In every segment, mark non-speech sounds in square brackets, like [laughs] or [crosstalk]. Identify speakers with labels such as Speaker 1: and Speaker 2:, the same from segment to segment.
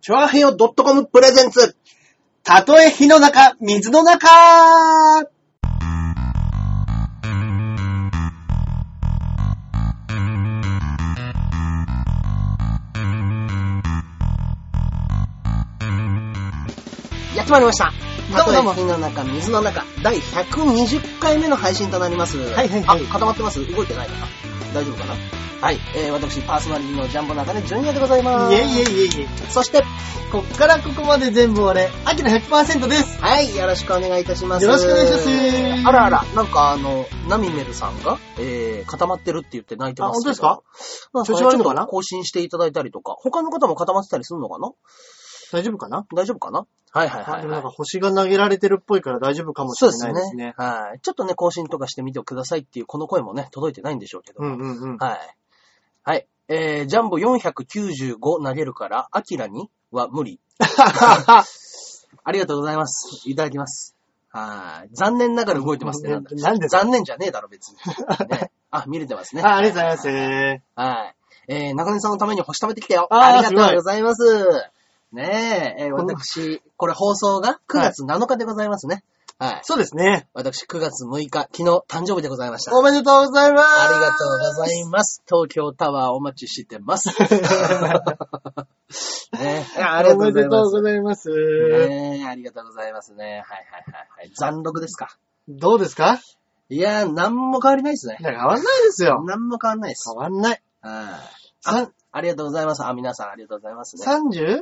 Speaker 1: チョアヘヨ .com プレゼンツ。たとえ火の中、水の中
Speaker 2: やってまいりました。
Speaker 1: どうもどうも
Speaker 2: たとえ火の中、水の中、第120回目の配信となります。はい
Speaker 1: はいはい
Speaker 2: あ、固まってます動いてないかな大丈夫かなはい。えー、私、パーソナリティのジャンボ中根ジュニアでございます。
Speaker 1: いえいえいえいえ。
Speaker 2: そして、
Speaker 1: こっからここまで全部俺、秋の100%です。
Speaker 2: はい、よろしくお願いいたします。
Speaker 1: よろしくお願いします
Speaker 2: あらあら、なんかあの、ナミメルさんが、えー、固まってるって言って泣いてますけど。
Speaker 1: あ本
Speaker 2: なんかね
Speaker 1: 調子悪いのかな
Speaker 2: ちょっと更新していただいたりとか、他の方も固まってたりするのかな
Speaker 1: 大丈夫かな
Speaker 2: 大丈夫かなはいはい
Speaker 1: あ
Speaker 2: は
Speaker 1: で
Speaker 2: い、
Speaker 1: もないん
Speaker 2: は
Speaker 1: か。星が投げられてるっぽいから大丈夫かもし
Speaker 2: そう
Speaker 1: れ
Speaker 2: で
Speaker 1: ないですす
Speaker 2: ね
Speaker 1: ね。。
Speaker 2: はい。ちょっとね、更新とかしてみてくださいっていう、この声もね、届いてないんでしょうけど。
Speaker 1: うんうん [laughs] うん。
Speaker 2: はい。はい。えー、ジャンボ495投げるから、アキラには無理。ありがとうございます。いただきます。はい。残念ながら動いてますね。なんだ
Speaker 1: [laughs] なんですか
Speaker 2: 残念じゃねえだろ、別に。
Speaker 1: [laughs]
Speaker 2: ね、あ、見れてますね。
Speaker 1: あありがとうございます。
Speaker 2: はい。えー、中根さんのために星食べてきたよ。
Speaker 1: あー
Speaker 2: りがとうございます。ねえ、えー
Speaker 1: こんな
Speaker 2: 私、これ放送が9月7日でございますね。はい。
Speaker 1: そうですね。
Speaker 2: 私、9月6日、昨日誕生日でございました。
Speaker 1: おめでとうございます。
Speaker 2: ありがとうございます。東京タワーお待ちして [laughs] ます。ねえ、ありがとうございます。
Speaker 1: おめでとうございます。
Speaker 2: ねえ、ありがとうございますね。はいはいはいはい。残録ですか。
Speaker 1: どうですか
Speaker 2: いやー、なんも変わりないですね。
Speaker 1: 変わんないですよ。
Speaker 2: なんも変わんないです
Speaker 1: 変。わんない。
Speaker 2: あ
Speaker 1: さ
Speaker 2: あありがとうございます。あ、皆さんありがとうございますね。
Speaker 1: 35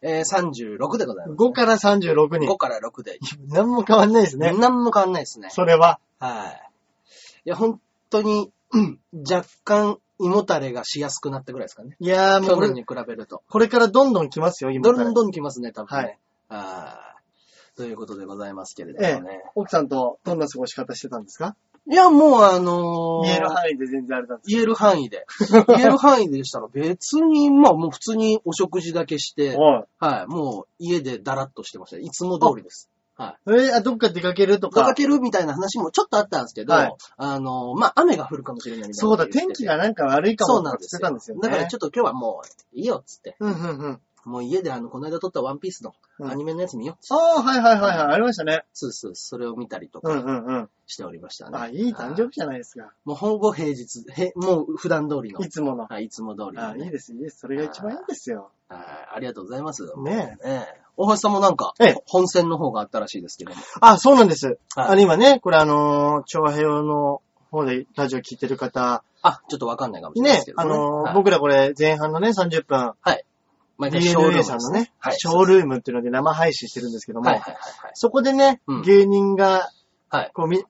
Speaker 2: えー、36でございます、ね。
Speaker 1: から36に
Speaker 2: 5。から6で。
Speaker 1: 何も変わんないですね。
Speaker 2: 何も変わんないです [laughs] ね。
Speaker 1: それは。
Speaker 2: はい。いや、本当に、うん若干、胃もたれがしやすくなったぐらいですかね。
Speaker 1: いやーも
Speaker 2: 去
Speaker 1: うこ
Speaker 2: 年
Speaker 1: れ、
Speaker 2: に比べると。
Speaker 1: これからどんどん来ますよ、今
Speaker 2: ど
Speaker 1: から。
Speaker 2: んどん来ますね、多分ね。
Speaker 1: はい
Speaker 2: あーということでございますけれども
Speaker 1: ええ
Speaker 2: ね。。
Speaker 1: 奥さんとどんな過ごし方してたんですか
Speaker 2: いや、もうあのー
Speaker 1: 言える範囲で全然あれなんです
Speaker 2: 言える
Speaker 1: [laughs]
Speaker 2: 範囲で。言える範囲でしたら別に、まあもう普通にお食事だけして
Speaker 1: け、ど。
Speaker 2: はい、もう家でダラッとしてました。いつも通りです。はい。
Speaker 1: おい。えーあ、どっか出かけると
Speaker 2: 出か
Speaker 1: か。
Speaker 2: けるみたいな話もちょっとあったんですけど、
Speaker 1: はい
Speaker 2: あの、まあ、雨が降るかもしれないみたいな
Speaker 1: そうだ、天気がなんか悪いか
Speaker 2: そ
Speaker 1: も
Speaker 2: う
Speaker 1: と
Speaker 2: な
Speaker 1: か
Speaker 2: ん
Speaker 1: って
Speaker 2: で
Speaker 1: 言っ
Speaker 2: す
Speaker 1: てたんですよね。
Speaker 2: だからちょっと今日はもう、いいよっつって。
Speaker 1: うんうんうん。
Speaker 2: もう家であの、この間撮ったワンピースの
Speaker 1: うん
Speaker 2: アニメのやつ見よう。
Speaker 1: ああ、はいはいはいはい、ありましたね。
Speaker 2: そうそう、それを見たりと
Speaker 1: うん
Speaker 2: か
Speaker 1: うんうん。
Speaker 2: しておりましたね。
Speaker 1: あ、いい誕生
Speaker 2: はい
Speaker 1: 日じゃないですか。
Speaker 2: もうほぼ平日、へもう普段通りの。
Speaker 1: いつもの。
Speaker 2: はい、いつも通り
Speaker 1: あ
Speaker 2: の、
Speaker 1: いい
Speaker 2: ね
Speaker 1: です、いいです。それが一番いいんですよ。
Speaker 2: はい。ありがとうございます。
Speaker 1: ねえ。
Speaker 2: ええ。大橋さんもなんか
Speaker 1: ええ、
Speaker 2: 本戦の方があったらしいですけども。
Speaker 1: あ、そうなんです。
Speaker 2: はい
Speaker 1: あの、今ね、これあのー、調和平和の方でラジオ聞いてる方、
Speaker 2: あ、ちょっとわかんないかもしれないで
Speaker 1: ね
Speaker 2: すけ、ど
Speaker 1: あ
Speaker 2: ね。
Speaker 1: のー
Speaker 2: はい、
Speaker 1: 僕らこれ前半のね、30分、
Speaker 2: 毎回ショールームで
Speaker 1: DNA
Speaker 2: す
Speaker 1: さんのね、
Speaker 2: はい。
Speaker 1: ショールームっていうので生配信してるんですけども、
Speaker 2: はいはいはいはい。
Speaker 1: そこでね、
Speaker 2: うん
Speaker 1: 芸人が、
Speaker 2: はい
Speaker 1: こうみ、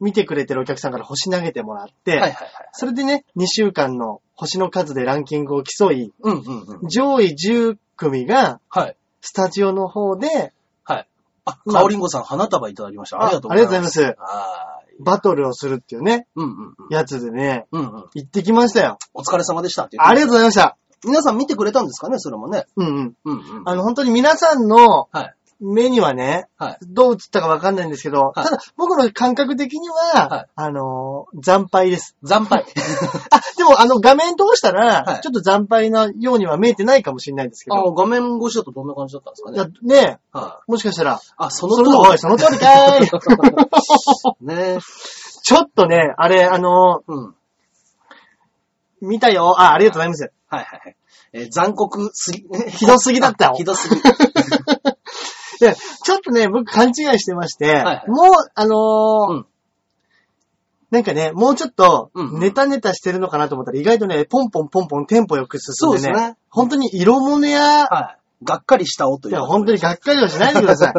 Speaker 1: 見てくれてるお客さんから星投げてもらって、
Speaker 2: はいはいはい。
Speaker 1: それでね、2週間の星の数でランキングを競い、
Speaker 2: うんうんうん。
Speaker 1: 上位10組が
Speaker 2: はい。
Speaker 1: スタジオの方で
Speaker 2: はい。あ、
Speaker 1: まあ
Speaker 2: かおりんごさん、花束いただきました。ありがとう
Speaker 1: あ
Speaker 2: ご
Speaker 1: あ
Speaker 2: ざ
Speaker 1: り
Speaker 2: い
Speaker 1: がとうございま
Speaker 2: ま。
Speaker 1: すす。
Speaker 2: はーい。
Speaker 1: バトルをするっていうね、
Speaker 2: うんうんうん。
Speaker 1: やつでね、
Speaker 2: うんうん。
Speaker 1: 行ってきましたよ。
Speaker 2: お疲れ様でしたって言って
Speaker 1: ありがとうございました。
Speaker 2: 皆さん見てくれたんですかね、それもね。
Speaker 1: うんうん。
Speaker 2: うんうん。
Speaker 1: あの、本当に皆さんの
Speaker 2: はい。
Speaker 1: 目にはね、
Speaker 2: はい。
Speaker 1: どう映ったかわかんないんですけど、
Speaker 2: はい
Speaker 1: ただ僕の感覚的には、
Speaker 2: はい
Speaker 1: あのー、惨敗です。[laughs]
Speaker 2: 惨敗。
Speaker 1: あ、でもあの、画面通したら、
Speaker 2: はい
Speaker 1: ちょっと惨敗なようには見えてないかもしれないんですけ
Speaker 2: あ
Speaker 1: ど、
Speaker 2: 画面越しだとどんな感じだったんですか
Speaker 1: いや
Speaker 2: ね。
Speaker 1: ね
Speaker 2: はい。
Speaker 1: もしかしたら、
Speaker 2: あ、その
Speaker 1: そ
Speaker 2: 通
Speaker 1: の
Speaker 2: り。
Speaker 1: おい、その通りかー
Speaker 2: [laughs]
Speaker 1: い。
Speaker 2: ね
Speaker 1: ちょっとね、あれ、あの
Speaker 2: [laughs] うん。はい
Speaker 1: ー、見たよ。あ、ありがとうございます。
Speaker 2: はいはい。えー残酷すぎ、
Speaker 1: ひどすぎだった
Speaker 2: [laughs] ひどすぎ。
Speaker 1: で、ちょっとね、僕勘違いしてまして、
Speaker 2: いはい
Speaker 1: もう、あのー
Speaker 2: うん
Speaker 1: なんかね、もうちょっと
Speaker 2: うんう、ん
Speaker 1: ネタネタしてるのかなと思ったら、意外とね、ポンポンポンポンテンポよく進んでね、
Speaker 2: そうですね
Speaker 1: 本当に色物や、
Speaker 2: はい。がっかりしたおと
Speaker 1: い
Speaker 2: いう
Speaker 1: や、。本当にがっかりはしないでく
Speaker 2: [laughs]
Speaker 1: ださい。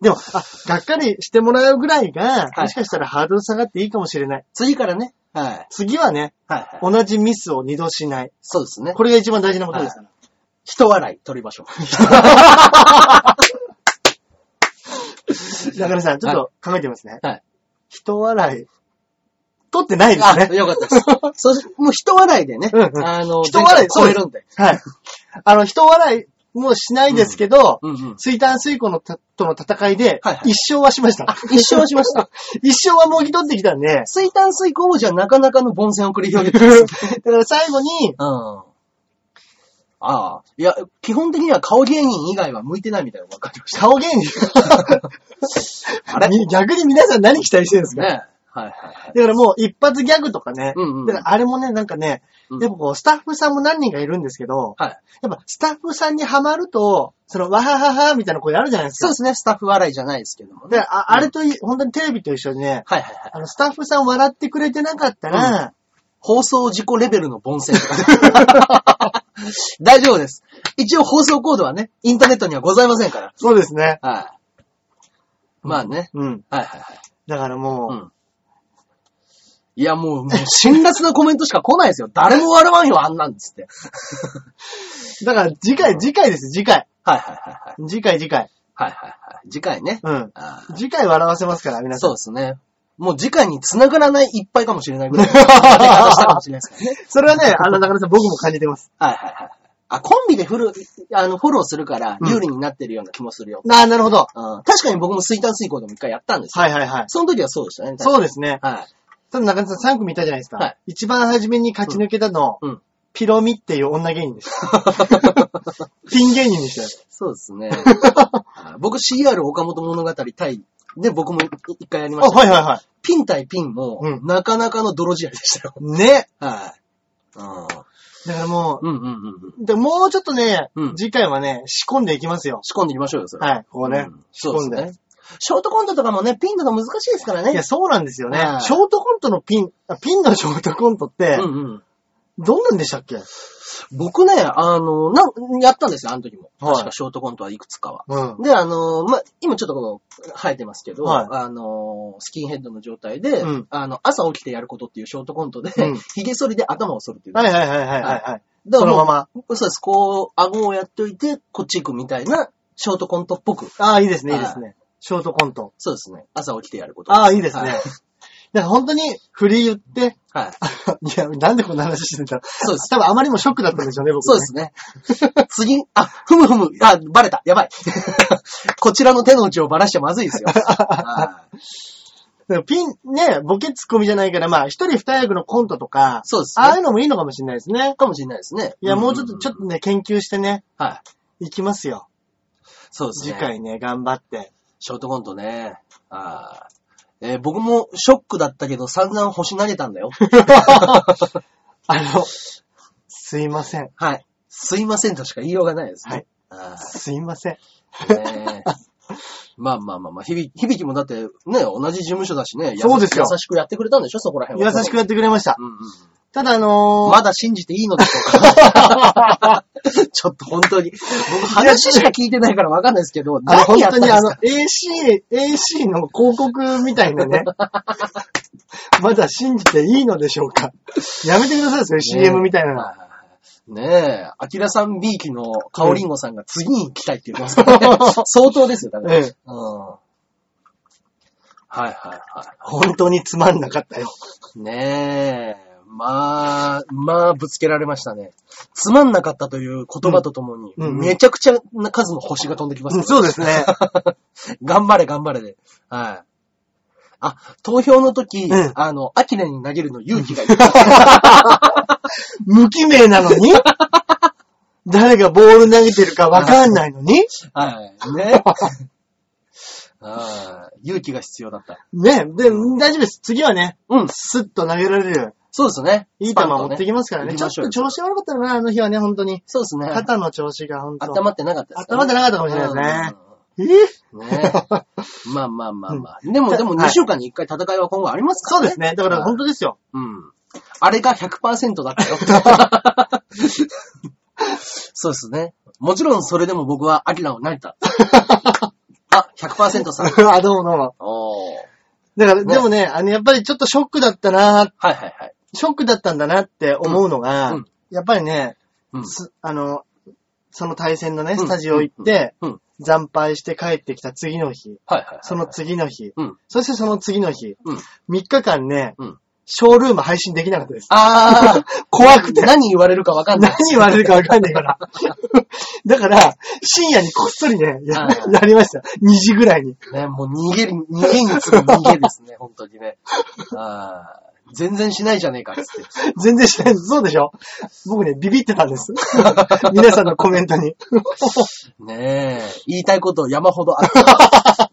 Speaker 1: でも、あ、がっかりしてもらうぐらいが、
Speaker 2: い
Speaker 1: もしかしたらハードル下がっていいかもしれない。
Speaker 2: 次からね。はい。
Speaker 1: 次はね、
Speaker 2: はいはい。
Speaker 1: 同じミスを二度しない。
Speaker 2: そうですね。
Speaker 1: これが一番大事なことですから。
Speaker 2: 人笑い取りましょう。
Speaker 1: 中根さん、ちょっと考えてみますね。
Speaker 2: はい。
Speaker 1: 人笑い、取ってないです
Speaker 2: [laughs] あ、
Speaker 1: ね。
Speaker 2: よかったです。そうしもう人笑いでね。
Speaker 1: うんうん
Speaker 2: あの、
Speaker 1: 人笑い
Speaker 2: 前回超えるんで。
Speaker 1: はい。あの、人笑いもしないですけど、
Speaker 2: うんうん。
Speaker 1: 水炭水湖のたとの戦いで
Speaker 2: はいは、い
Speaker 1: 一生はしました。
Speaker 2: 一生はしました。
Speaker 1: [laughs] 一生はもぎ取ってきたんで、
Speaker 2: [laughs] 水炭水鉱 [laughs] 王じゃなかなかの凡戦を繰り広げてます。
Speaker 1: だから最後に、
Speaker 2: うん。あああ。いや、基本的には顔芸人以外は向いてないみたいなの分かりました。
Speaker 1: 顔芸人。
Speaker 2: [laughs] あれ
Speaker 1: み逆に皆さん何期待してるんですか、
Speaker 2: ね。はいはいはい。
Speaker 1: だからもう一発ギャグとかね。
Speaker 2: うんうん
Speaker 1: だからあれもね、なんかね、
Speaker 2: うん
Speaker 1: やっぱこう、スタッフさんも何人かいるんですけど、
Speaker 2: はい。
Speaker 1: やっぱスタッフさんにハマると、その、わはははみたいな声あるじゃないです
Speaker 2: そう
Speaker 1: か。
Speaker 2: ですね、スタッフ笑いじゃないですけども
Speaker 1: で、
Speaker 2: ね。はい
Speaker 1: ああれとい、本当にテレビと一緒にね、
Speaker 2: はいはい。
Speaker 1: あの、スタッフさん笑ってくれてなかったら、
Speaker 2: 放送事故レベルの凡戦とか。 [laughs] 大丈夫です。一応放送コードはね、インターネットにはございませんから。
Speaker 1: そうですね。
Speaker 2: はい。まあね。
Speaker 1: うん。
Speaker 2: はいはいはい。
Speaker 1: だからもう、
Speaker 2: うん。いやもう、 [laughs] もう辛辣なコメントしか来ないですよ。誰も笑わんよ、あんなんですって。
Speaker 1: だから次回、次回です、次回。
Speaker 2: はいはいはいはい。
Speaker 1: 次回、次回。
Speaker 2: はいはいはい。次回ね。
Speaker 1: うん。
Speaker 2: あー
Speaker 1: 次回笑わせますから、皆さ。
Speaker 2: そうんですね。もう次回に繋がらないいっぱいかもしれない [laughs] ぐらいの戦い方したかもしれないですからね。
Speaker 1: それはね、あの、中野さん、僕も感じてます。
Speaker 2: はいはいはい。あ、コンビでフル、あの、フォローするから
Speaker 1: うん
Speaker 2: 有利になってるような気もするよ。
Speaker 1: ああ、なるほど。
Speaker 2: うん確かに僕も水炭水行でも一回やったんですよ。
Speaker 1: はいはいはい。
Speaker 2: その時はそうでしたね。
Speaker 1: そうですね。
Speaker 2: はい。
Speaker 1: ただ中野さん3組いたじゃないですか。
Speaker 2: はい
Speaker 1: 一番初めに勝ち抜けたの、
Speaker 2: うんうん
Speaker 1: ピロミっていう女芸
Speaker 2: [laughs]
Speaker 1: 人でした。ピン芸人でしたよ。
Speaker 2: そうですね。 [laughs] はい僕 CR 岡本物語対、で僕も一回やり
Speaker 1: あ、
Speaker 2: ました。
Speaker 1: はいはいは
Speaker 2: ピン対ピンも、
Speaker 1: うん
Speaker 2: なかなかの泥仕合でしたよ。
Speaker 1: い。ね。
Speaker 2: はい。
Speaker 1: だからも
Speaker 2: うんうんうんうん。
Speaker 1: う、でもうちょっとね、
Speaker 2: うん
Speaker 1: 次回はね、仕込んでいきますよ。
Speaker 2: 仕込んでいきましょうよ、それ。
Speaker 1: はい、ここね。
Speaker 2: うん
Speaker 1: 仕
Speaker 2: そう
Speaker 1: 込んで。
Speaker 2: ですね。ショートコントとかもね、ピンとか難しいですからね。
Speaker 1: いや、そうなんですよね
Speaker 2: は。い
Speaker 1: ショートコントのピン、あピンのショートコントって
Speaker 2: う、んうん。
Speaker 1: どんなんでしたっけ
Speaker 2: 僕ね、あの、な、やったんですよ、あの時も。
Speaker 1: はい
Speaker 2: 確かショートコントはいくつかは。
Speaker 1: うん。
Speaker 2: で、あの、まあ、今ちょっとこう、生えてますけど、
Speaker 1: はい
Speaker 2: あの、スキンヘッドの状態で、
Speaker 1: うん
Speaker 2: あの、朝起きてやることっていうショートコントで、
Speaker 1: うん
Speaker 2: 髭剃りで頭を剃るっていう。
Speaker 1: はいはいはいはいはいはい。
Speaker 2: だ
Speaker 1: そ
Speaker 2: から
Speaker 1: の
Speaker 2: も
Speaker 1: ま
Speaker 2: う
Speaker 1: ま。
Speaker 2: そうです、こう、顎をやっといて、こっち行くみたいな、ショートコントっぽく。
Speaker 1: ああ、いいですね、い
Speaker 2: はいい
Speaker 1: ですね。ショートコント。
Speaker 2: そうですね。朝起きてやること。
Speaker 1: ああ、いいですね。
Speaker 2: は
Speaker 1: だ
Speaker 2: い
Speaker 1: から本当に、振り言って、
Speaker 2: はい。
Speaker 1: [laughs] いや、なんでこんな話してんだろう。
Speaker 2: そうです。
Speaker 1: 多分あまりにもショックだったんでしょうね、僕、ね。
Speaker 2: そうですね。 [laughs] 次、あ、ふむふむ、あ、バレた、やばい。 [laughs] こちらの手の内をバラしちゃまずい
Speaker 1: [laughs]
Speaker 2: ですよ。はい
Speaker 1: だからピン、ね、ボケツッコミじゃないから、まあ、一人二役のコントとか、
Speaker 2: そうです
Speaker 1: ああい
Speaker 2: ね。
Speaker 1: うのもいいのかもしれないですね。
Speaker 2: かもしれないですね。
Speaker 1: いや、もうちょっと、
Speaker 2: ん
Speaker 1: ちょっとね、研究してね、
Speaker 2: はい。
Speaker 1: いきますよ。
Speaker 2: そうですね。
Speaker 1: 次。回ね、頑張って。
Speaker 2: ショートコントね。あーえー僕もショックだったけど散々星投げたん
Speaker 1: [laughs]
Speaker 2: だよ。
Speaker 1: あの、すいません。
Speaker 2: はい。すいませんとしか言いようがないですね。
Speaker 1: はい
Speaker 2: あ
Speaker 1: すいません。
Speaker 2: ー
Speaker 1: [laughs]
Speaker 2: ねえまあまあまあまあ、響き響きもだってね、同じ事務所だしね。
Speaker 1: そうですよ
Speaker 2: 優しくやってくれたんでしょそこら辺
Speaker 1: 優
Speaker 2: は。
Speaker 1: しくやってくれました。
Speaker 2: うんうん。
Speaker 1: ただ、あのー
Speaker 2: まだ信じていいのでしょうか [laughs] ちょっと本当に。僕話しか聞いてないからわかんないですけど、
Speaker 1: あの、本
Speaker 2: 何やった
Speaker 1: 当
Speaker 2: んで
Speaker 1: に
Speaker 2: す
Speaker 1: あの、
Speaker 2: か
Speaker 1: AC、AC の広告みたいなね。
Speaker 2: [laughs]
Speaker 1: まだ信じていいのでしょうか。やめてください、そういう CM みたいなの。
Speaker 2: ねえ、アキラさん B 期のカオリンゴさんが次に行きたいって言って
Speaker 1: [laughs]
Speaker 2: ますからね。相当ですよ、だから。
Speaker 1: ええ
Speaker 2: うん。はいはいは
Speaker 1: 本当につまんなかったよ。
Speaker 2: い。ねえ、まあ、まあ、ぶつけられましたね。つまんなかったという言葉とともに、
Speaker 1: うんうん
Speaker 2: めちゃくちゃな数の星が飛んでき
Speaker 1: [laughs]
Speaker 2: ますね。
Speaker 1: そうですね。
Speaker 2: 頑張れ、頑張れで。はい。あ、投票の時、
Speaker 1: うん
Speaker 2: あの、アキラに投げるの勇気がいる。
Speaker 1: 無記名なのに [laughs] 誰がボール投げてるかわかんないのに
Speaker 2: はい。ね。ああ、勇気が必要だった。
Speaker 1: [laughs] ね、で、大丈夫です。次はね、
Speaker 2: うん。
Speaker 1: スッと投げられる。
Speaker 2: そうですね。
Speaker 1: いい
Speaker 2: スパ
Speaker 1: 球
Speaker 2: ンと
Speaker 1: 持ってきますからね。
Speaker 2: 行き
Speaker 1: ちょ
Speaker 2: ま
Speaker 1: っ
Speaker 2: しょう
Speaker 1: と調子悪かったのかな、あの日はね、本当に。
Speaker 2: そうですね。
Speaker 1: 肩の調子が本当。
Speaker 2: 温まってなかったです
Speaker 1: 温まってなかったかもしれないですねえ [laughs] ー
Speaker 2: ね。うんね。まあまあまあまあ。でも、でも
Speaker 1: はい
Speaker 2: 2週間に1回戦いは今後あります
Speaker 1: そ
Speaker 2: から
Speaker 1: う
Speaker 2: ね。
Speaker 1: です。ね。だから本当ですよ。
Speaker 2: うん。あれが100%だったよ。そうですね。もちろんそれでも僕はアキラを投げ [laughs] た。あ、100%さん。
Speaker 1: [laughs] あ、どうもどうも。
Speaker 2: おー。
Speaker 1: だから、
Speaker 2: ね
Speaker 1: でもね、あの、やっぱりちょっとショックだったな、
Speaker 2: はいはいはい。
Speaker 1: ショックだったんだなって思うのが、
Speaker 2: うんうん
Speaker 1: やっぱりね、
Speaker 2: うん
Speaker 1: すあの、その対戦のね、
Speaker 2: ん
Speaker 1: スタジオ行って、
Speaker 2: うん。はい
Speaker 1: 惨敗して帰ってきた次の日、
Speaker 2: はいはい。
Speaker 1: その次の日、
Speaker 2: うん。
Speaker 1: そしてその次の日、
Speaker 2: うん。
Speaker 1: 3日間ね、
Speaker 2: うん
Speaker 1: ショールーム配信できなかったです。
Speaker 2: あー。 [laughs]
Speaker 1: 怖くて。
Speaker 2: 何言われるかわかんない。
Speaker 1: 何言われるかわかんない
Speaker 2: [laughs]
Speaker 1: から。だから、深夜にこっそりね、や
Speaker 2: はい
Speaker 1: やりました。2時ぐらいに。
Speaker 2: [laughs] ね、もう逃げる、逃げに次ぐ逃げですね、本当にね。あー全然しないじゃねえか、つって。
Speaker 1: 全然しないです。そうでしょ僕ね、ビビってたんです。
Speaker 2: [laughs]
Speaker 1: 皆さんのコメントに。
Speaker 2: ねえ。言いたいこと山ほどあった。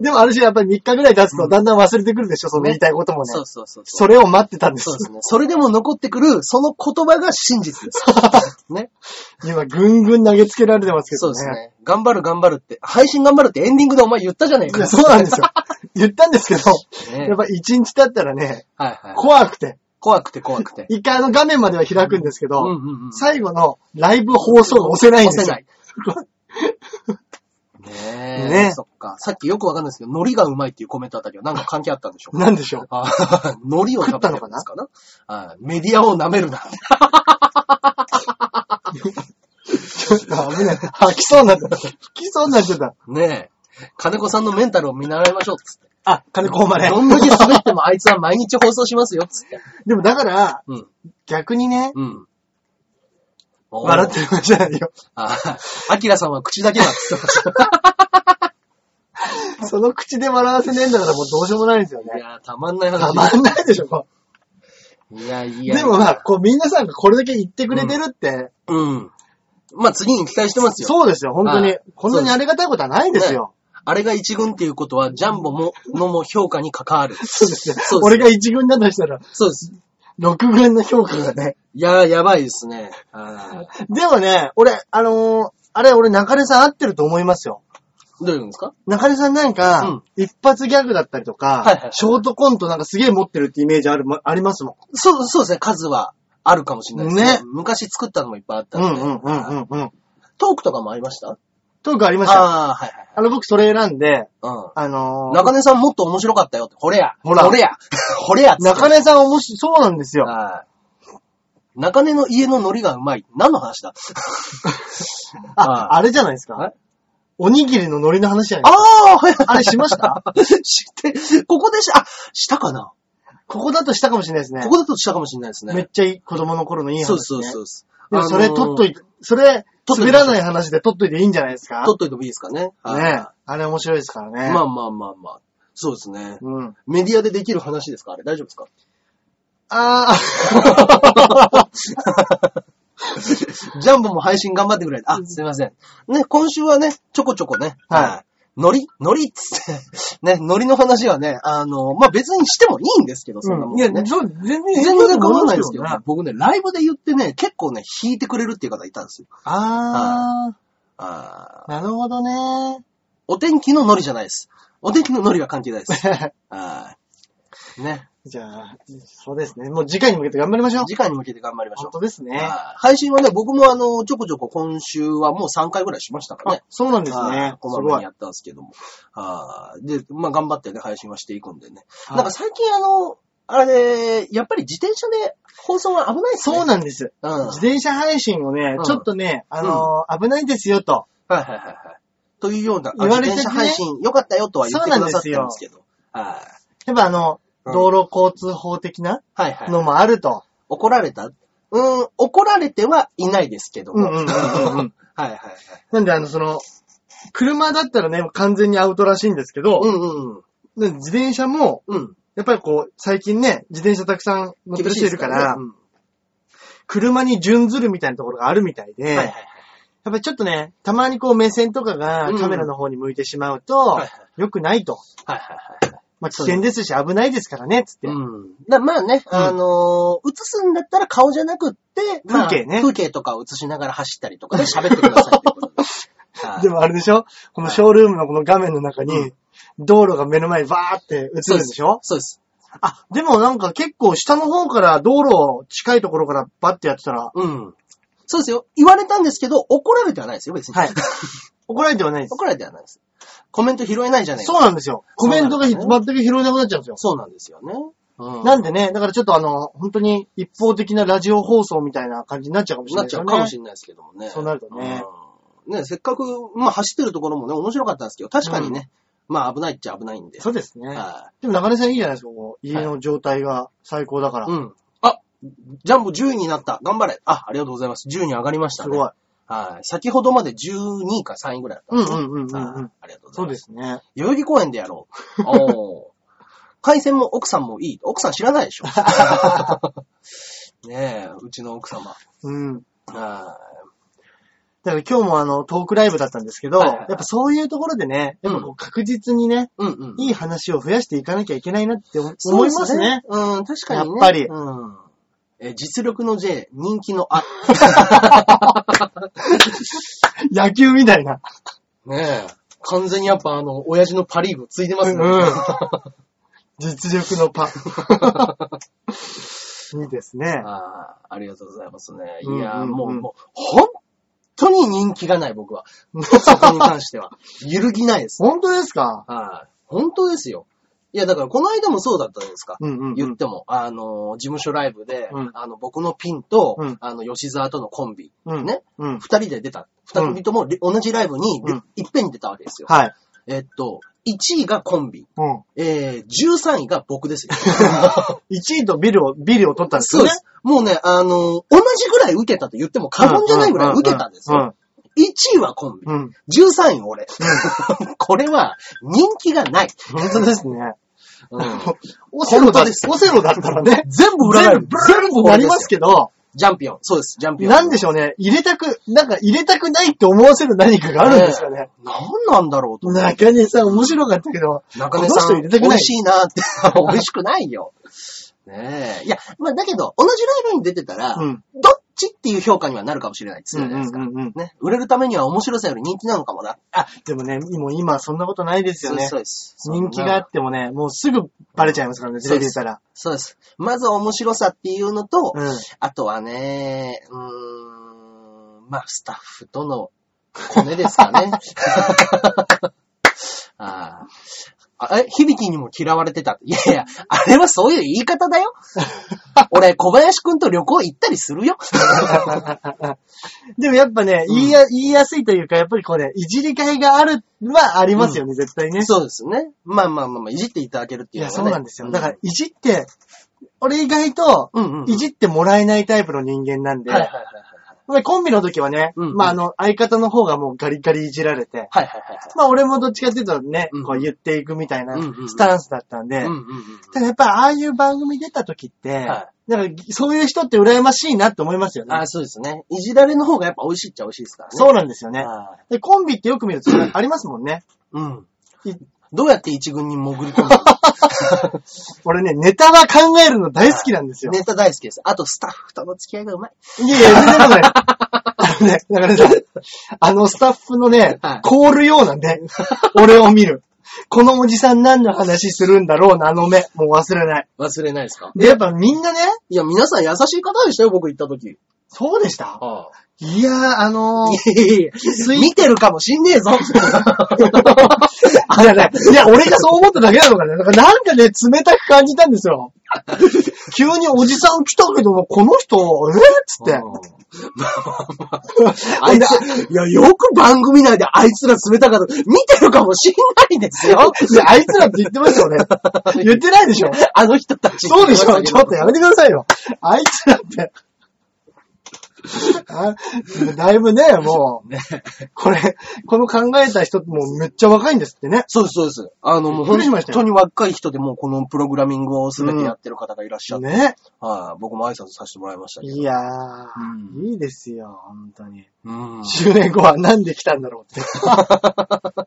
Speaker 1: でもある種やっぱり3日ぐらい経つとだんだん忘れてくるでしょ、その言いたいこともね。
Speaker 2: [laughs] そうそうそうそう。
Speaker 1: それを待ってたんで。
Speaker 2: そうですすね。それでも残ってくる、その言葉が真実 [laughs] です。ね。
Speaker 1: 今、ぐんぐん投げつけられてますけ
Speaker 2: そ
Speaker 1: ど
Speaker 2: う
Speaker 1: ね。
Speaker 2: ですね。頑張る頑張るって、配信頑張るってエンディングでお前言ったじゃねえ
Speaker 1: い
Speaker 2: か。
Speaker 1: や、そうなんですよ。言ったんですけど、
Speaker 2: ね
Speaker 1: やっぱ1日経ったらね、
Speaker 2: はいはい。
Speaker 1: 怖くて、
Speaker 2: 怖くて怖くて。
Speaker 1: 一回あの画面までは開くんですけど、
Speaker 2: うんうんうん。
Speaker 1: 最後のライブ放送が押せないんですよ。
Speaker 2: 押せない。 [laughs] ねえ。
Speaker 1: ねえ
Speaker 2: そっか。さっきよくわかんないですけど、海苔がうまいっていうコメントあたりはなんか関係あったんでしょうか
Speaker 1: なんでしょう。
Speaker 2: あー海苔を食べたのかなかなあーメディアを舐めるな。
Speaker 1: ちょっと危ない。吐きそうになった。吹きそうになっちゃった。
Speaker 2: ねえ。金子さんのメンタルを見習いましょう、つって。
Speaker 1: あ、金子まで。
Speaker 2: どんだけ滑ってもあいつは毎日放送しますよ、つって。
Speaker 1: でもだから、
Speaker 2: うん。
Speaker 1: 逆にね、
Speaker 2: うん。
Speaker 1: 笑ってる場合じゃないよ。
Speaker 2: あーアキラさんは口だけだっつって
Speaker 1: [laughs]
Speaker 2: ました。
Speaker 1: その口で笑わせねえんだからもうどうしようもないんですよ
Speaker 2: い
Speaker 1: ね。
Speaker 2: やー、たまんない
Speaker 1: た
Speaker 2: 話。
Speaker 1: まんないでしょ、こ
Speaker 2: いやいうや。
Speaker 1: でもまあ、こう、皆さんがこれだけ言ってくれてるって、
Speaker 2: うん。まあ次に期待してますよ。
Speaker 1: そうですよ、本当に
Speaker 2: はい。
Speaker 1: こんなにありがたいことはないですよ。
Speaker 2: あれが一軍っていうことは、ジャンボも、のも評価に関わる。
Speaker 1: そうですね
Speaker 2: そう。です
Speaker 1: 俺が一軍だとしたら、
Speaker 2: そうです。
Speaker 1: 6軍の評価がね。
Speaker 2: いやー、やばいですね。あ
Speaker 1: でもね、俺、あのーあれ、俺、中根さん合ってると思いますよ。
Speaker 2: ーどういうんですか
Speaker 1: 中根さんなんか、一発ギャグだったりとか、
Speaker 2: はいはい
Speaker 1: ショートコントなんかすげえ持ってるってイメージある、まありますも
Speaker 2: そう、そうですね。数はあるかもしれないですね。
Speaker 1: ね
Speaker 2: 昔作ったのもいっぱいあった
Speaker 1: ん。うん
Speaker 2: んで。
Speaker 1: うんうんうんうん。
Speaker 2: トークとかもありました
Speaker 1: トークありましたよ。
Speaker 2: ああー、はいはい
Speaker 1: あの、僕それ選んで、
Speaker 2: はい。
Speaker 1: あの
Speaker 2: う
Speaker 1: ー
Speaker 2: ん。中根さんもっと面白かったよって。ほれや。
Speaker 1: ほら
Speaker 2: ほ [laughs] れや。ほれやっつって。
Speaker 1: 中根さん面白い、そうなんですよ。
Speaker 2: はい中根の家の海苔がうまい。何の話だ
Speaker 1: あ、
Speaker 2: あ
Speaker 1: あれじゃないですか
Speaker 2: え。
Speaker 1: おにぎりの海苔の話じゃない
Speaker 2: あ
Speaker 1: ですか。
Speaker 2: あはいはい
Speaker 1: あれしました
Speaker 2: [laughs] 知って、ここでし、あ、したかな、
Speaker 1: ここだとしたかもしれないですね。
Speaker 2: ここだとしたかもしれないですね。
Speaker 1: めっちゃいい子供の頃のいい話、ね。
Speaker 2: そうそうそう
Speaker 1: でもそれ取っと
Speaker 2: いて。
Speaker 1: いて、それ、
Speaker 2: 取っとい
Speaker 1: 滑
Speaker 2: て
Speaker 1: らない話で取っといていいんじゃないですか
Speaker 2: 取っといてもいいですかね。はい
Speaker 1: ねえ。あれ面白いですからね。
Speaker 2: まあまあまあまあ。そうですね。
Speaker 1: うん。
Speaker 2: メディアでできる話ですかあれ大丈夫ですか
Speaker 1: あ
Speaker 2: ジャンボも配信頑張ってくれ。あ、すいません。ね、今週はね、ちょこちょこね。
Speaker 1: はい
Speaker 2: い。ノリノリっつって。 [laughs] ね、ノリの話はね、あの、まあ、別にしてもいいんですけど、そんな
Speaker 1: [laughs]
Speaker 2: もん、
Speaker 1: あ。
Speaker 2: ね
Speaker 1: そう、全然
Speaker 2: 全然構わないですけど、
Speaker 1: あ
Speaker 2: 僕ね、ライブで言ってね、結構ね、弾いてくれるっていう方いたんですよ。
Speaker 1: あ
Speaker 2: あー
Speaker 1: ー、なるほどね。
Speaker 2: お天気のノリじゃないです。お天気のノリは関係ない [laughs] です。あーね。
Speaker 1: じゃあ、そうですね。もう次回に向けて頑張りましょう。
Speaker 2: 時間に向けて頑張りましょ
Speaker 1: 本
Speaker 2: う。
Speaker 1: 当ですね。
Speaker 2: あー配信はね、僕もあの、ちょこちょこ今週はもう3回ぐらいしましたかね。
Speaker 1: そうなんです
Speaker 2: あ
Speaker 1: ね
Speaker 2: ー。こ
Speaker 1: す
Speaker 2: まめ
Speaker 1: ご
Speaker 2: に
Speaker 1: い
Speaker 2: や。ったんですけども。あーで、まあ、頑張ってね、配信はしていくんでね。
Speaker 1: はい
Speaker 2: なんか最近あの、あれ、やっぱり自転車で放送は危ないですね。
Speaker 1: そうなんです。
Speaker 2: うん。はい
Speaker 1: 自転車配信をね
Speaker 2: う、ん
Speaker 1: ちょっとね、あのー、危ないですよと。
Speaker 2: はいはいはい。というような、あ
Speaker 1: 言われて
Speaker 2: 自
Speaker 1: てね
Speaker 2: 転車配信良かったよとは言ってくださってますけど。は
Speaker 1: やっぱあの、
Speaker 2: うん。
Speaker 1: 道路交通法的ない
Speaker 2: はいはい。
Speaker 1: のもあると。
Speaker 2: 怒られたうん、怒られてはいないですけども。
Speaker 1: うんうんうんうん
Speaker 2: [laughs] はいはいはい。
Speaker 1: なんで、あの、その、車だったらね、完全にアウトらしいんですけど、
Speaker 2: うんうん
Speaker 1: で自転車も、
Speaker 2: うん。うん。
Speaker 1: やっぱりこう、最近ね、自転車たくさん乗ってる人いるから、
Speaker 2: 厳しいです
Speaker 1: 車に準ずるみたいなところがあるみたいで、
Speaker 2: らねうんはい
Speaker 1: や
Speaker 2: は
Speaker 1: っ
Speaker 2: い
Speaker 1: ぱりちょっとね、たまにこう目線とかが
Speaker 2: うん
Speaker 1: カメラの方に向いてしまう
Speaker 2: は
Speaker 1: と
Speaker 2: いはい、
Speaker 1: 良くないと。
Speaker 2: はいはいはい。
Speaker 1: まあ危険ですし危ないですからね、つって。
Speaker 2: うん。だまあね、あのー映すんだったら顔じゃなくって、まあ
Speaker 1: 風景ね
Speaker 2: 風景とかを映しながら走ったりとかで [laughs] 喋ってくださいってことでは
Speaker 1: [laughs]
Speaker 2: い
Speaker 1: でもあれでしょこのショールームのこの画面の中に、道路が目の前にバーって映るんでしょ
Speaker 2: そうです。
Speaker 1: あ、でもなんか結構下の方から道路近いところからバッてやってたら、
Speaker 2: うん。そうですよ。言われたんですけど、怒られてはないですよ、別に。
Speaker 1: はい怒られてはないです。
Speaker 2: [laughs] 怒られてはないです。コメント拾えないじゃないですか。
Speaker 1: そうなんですよ。コメントが
Speaker 2: そう
Speaker 1: 全
Speaker 2: なん
Speaker 1: く拾えなくなっちゃうんですよ。
Speaker 2: そうなんですよね。うん
Speaker 1: なんでね、だからちょっとあの、本当に一方的なラジオ放送みたいな感じになっちゃうかもしれ
Speaker 2: な
Speaker 1: な
Speaker 2: っ
Speaker 1: い
Speaker 2: ち
Speaker 1: です
Speaker 2: ゃ
Speaker 1: よ
Speaker 2: うかもし
Speaker 1: ね。
Speaker 2: れないですけどもね。
Speaker 1: そうなるとね
Speaker 2: うん。ね、せっかく、まあ走ってるところもね、面白かったんですけど、確かにね、まあ危ないっちゃ危ないんで。
Speaker 1: そうですね。
Speaker 2: は
Speaker 1: でも中根さんいいじゃないですか、こう家の状態が最高だから。
Speaker 2: い。うん。あ、ジャンボ10位になった。頑張れ。あ、ありがとうございます。10位に上がりました
Speaker 1: す
Speaker 2: ね。
Speaker 1: ごい。
Speaker 2: はい。先ほどまで12位か3位ぐらいだったんですね。
Speaker 1: うんうんうんうんうん
Speaker 2: はいありがとうござ
Speaker 1: そ
Speaker 2: いうま。
Speaker 1: です [laughs] すね。
Speaker 2: 代々木公園でやろう。おー。回線も奥さんもいい。奥さん知らないで
Speaker 1: [laughs]
Speaker 2: しょ。ねえ、うちの奥様。
Speaker 1: うん。
Speaker 2: あ
Speaker 1: だから今日もあの、トークライブだったんですけど、
Speaker 2: はいはいはい
Speaker 1: やっぱそういうところでね、やっぱこう確実にね、
Speaker 2: ーうんうん。
Speaker 1: いい話を増やしていかなきゃいけないなって思思いますね。。
Speaker 2: うん、確かにね。
Speaker 1: やっぱり
Speaker 2: うん。え、実力の J、人気の
Speaker 1: [laughs]
Speaker 2: A。
Speaker 1: 野球みたいな。
Speaker 2: ねえ。完全にやっぱあの、親父のパリーグついてますね。
Speaker 1: うん実力の
Speaker 2: [laughs]
Speaker 1: パ。いいですね。
Speaker 2: ああ、ありがとうございますね。い
Speaker 1: うんうんうん
Speaker 2: やー、もう、もう、本当に人気がない、
Speaker 1: [laughs]
Speaker 2: 僕は。そこに関しては。揺るぎないです。
Speaker 1: 本当ですか
Speaker 2: はい。本当ですよ。いや、だから、この間もそうだったんですか。
Speaker 1: うんうんう
Speaker 2: 言っ
Speaker 1: ん。
Speaker 2: ても、あの、事務所ライブで、
Speaker 1: うん
Speaker 2: あの、僕のピンと、
Speaker 1: うん
Speaker 2: あの、吉沢とのコンビ、
Speaker 1: うん
Speaker 2: ね、
Speaker 1: うん。
Speaker 2: 二人で出た。二組とも、り同じライブに、
Speaker 1: うん
Speaker 2: いっぺんに出たわけですよ。
Speaker 1: はい。
Speaker 2: えっと、1位がコンビ、
Speaker 1: うん。
Speaker 2: えー、13位が
Speaker 1: [laughs]
Speaker 2: 僕ですよ。
Speaker 1: 1位とビルを、ビリを取ったんです
Speaker 2: そう
Speaker 1: よ
Speaker 2: で
Speaker 1: ね。
Speaker 2: す。もうね、あの、同じぐらい受けたと言っても過言じゃないぐらい受けたんですよ。1位はコンビ
Speaker 1: う、ん。うん。うん。
Speaker 2: 13位俺。 [laughs] これは人気がない。
Speaker 1: 本当ですね。オセ
Speaker 2: セ
Speaker 1: ロ
Speaker 2: ロ
Speaker 1: だ
Speaker 2: だ、
Speaker 1: オセロだったらね。
Speaker 2: 全部裏返
Speaker 1: 全
Speaker 2: る
Speaker 1: 部、。全部なりますけど、
Speaker 2: ジャンピオン。そうです、ジャンピオン。
Speaker 1: なんでしょうね。入れたく、なんか入れたくないって思わせる何かがあるんですよね。
Speaker 2: なんなんだろうと。
Speaker 1: 中根さん面白かったけど、
Speaker 2: 中根さ
Speaker 1: この人入
Speaker 2: ん、美
Speaker 1: れたくない
Speaker 2: 味しいなって。 [laughs] 美味しくないよ。ねえ。いや、まあだけど、同じライブに出てたら、
Speaker 1: うん
Speaker 2: どっちっていう評価にはなるかもしれないです
Speaker 1: う
Speaker 2: よ
Speaker 1: んう
Speaker 2: ね。
Speaker 1: んうんうん。
Speaker 2: ね。売れるためには面白さより人気なのかもな。あ、
Speaker 1: でもね、もう今そんなことないですよね。
Speaker 2: そうです。そうです
Speaker 1: 人気があってもね、もうすぐバレちゃいますからね、テレビ出たら。
Speaker 2: そうです。まず面白さっていうのと、
Speaker 1: うん。
Speaker 2: あとはね、うーん、まあ、スタッフとのコネですか
Speaker 1: [laughs]
Speaker 2: ね。あああえ、響きにも嫌われてた。いやいや、あれはそういう言い
Speaker 1: [laughs]
Speaker 2: 方だよ。俺、小林くんと旅行行ったり
Speaker 1: [laughs]
Speaker 2: するよ。
Speaker 1: でもやっぱね、
Speaker 2: うん
Speaker 1: 言いや、言いやすいというか、やっぱりこうね、いじりがいがある、はありますよね、絶対ね。
Speaker 2: そうですね。まあまあまあまあ、いじっていただけるって
Speaker 1: い
Speaker 2: いうの
Speaker 1: や、
Speaker 2: は、ね。
Speaker 1: そうなんですよ。だから、いじって、俺意外と、
Speaker 2: うんうん。
Speaker 1: いじってもらえないタイプの人間なんで、
Speaker 2: はいはいはいはい。
Speaker 1: まあコンビの時はね、
Speaker 2: うん
Speaker 1: まああの、相方の方がもうガリガリいじられて、
Speaker 2: はいはいはいはい。
Speaker 1: まあ俺もどっちかっていうとね、
Speaker 2: うん
Speaker 1: こう言っていくみたいな
Speaker 2: うんうんうん
Speaker 1: スタンスだったんで、
Speaker 2: うんうんうん。
Speaker 1: ただやっぱああいう番組出た時って、
Speaker 2: は
Speaker 1: なんかそういう人って羨ましいなって思いますよね。
Speaker 2: あそうですね。いじられの方がやっぱ美味しいっちゃ美味しいですからね。
Speaker 1: そうなんですよね。
Speaker 2: はい
Speaker 1: で、コンビってよく見るとありますもんね。
Speaker 2: うん
Speaker 1: い。
Speaker 2: どうやって一軍に潜り込んだ
Speaker 1: 俺ね、ネタは考えるの大好きなん [laughs] ですよ
Speaker 2: の。ネタ大好きです。あとスタッフとの付き合いがうまい。
Speaker 1: いやいや、そんな [laughs] ことない。あのね、だからさ、あのスタッフのね
Speaker 2: はい、
Speaker 1: 凍るような [laughs] ね、俺を見る。このおじさん何の話するんだろうな、あの目。もう忘れない。
Speaker 2: 忘れないですか
Speaker 1: で、やっぱみんなね、
Speaker 2: いや、皆さん優しい方でしたよ、僕行った時。
Speaker 1: そうでした
Speaker 2: あ
Speaker 1: いやー、あのー、
Speaker 2: 見てるかもしんねえぞ。
Speaker 1: あれね、いや、俺がそう思っただけなのかね。なんかなんかね、冷たく感じたんです [laughs] よ。急におじさん来たけど、この人、えーっつって。
Speaker 2: [laughs] あいつ、いや、よく番組内であいつら冷たかった。見てるかもしんないですよ。
Speaker 1: いや、あいつらって言ってましたよね。 [laughs] 言ってないでしょ。
Speaker 2: あの人た [laughs] ち。
Speaker 1: そうでしょちょっとやめてください
Speaker 2: [laughs]
Speaker 1: よ。あいつらって。あだいぶね、もう、これ、この考えた人もうめっちゃ若いんですってね。
Speaker 2: そうです、そうです。あの、もう
Speaker 1: びっくりしま
Speaker 2: 本
Speaker 1: したよ
Speaker 2: 当に若い人でもうこのプログラミングを全てやってる方がいらっしゃって、
Speaker 1: ね。
Speaker 2: はい僕も挨拶させてもらいましたけど
Speaker 1: いや
Speaker 2: う
Speaker 1: ー、いいですよ、本当に。
Speaker 2: うん
Speaker 1: 10年後はなんで来たんだろう
Speaker 2: [laughs]
Speaker 1: って。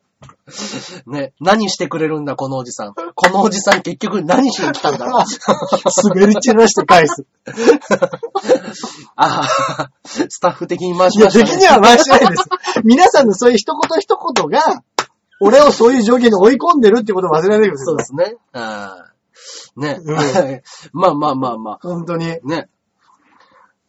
Speaker 2: ね、何してくれるんだ、このおじさん。このおじさん結局何しに来たん
Speaker 1: [laughs]
Speaker 2: だろう。
Speaker 1: 滑り散らして返す。
Speaker 2: ああ、スタッフ的に回し
Speaker 1: いや、
Speaker 2: ま
Speaker 1: 敵
Speaker 2: した、
Speaker 1: に
Speaker 2: ね。
Speaker 1: は回してないです。皆さんのそういう一言一言が、俺をそういう状況に追い込んでるってことを忘れないでくださ
Speaker 2: そう
Speaker 1: い
Speaker 2: で。すね。ああね、
Speaker 1: う
Speaker 2: [laughs] まあまあまあま
Speaker 1: 本当に。
Speaker 2: あ、ね。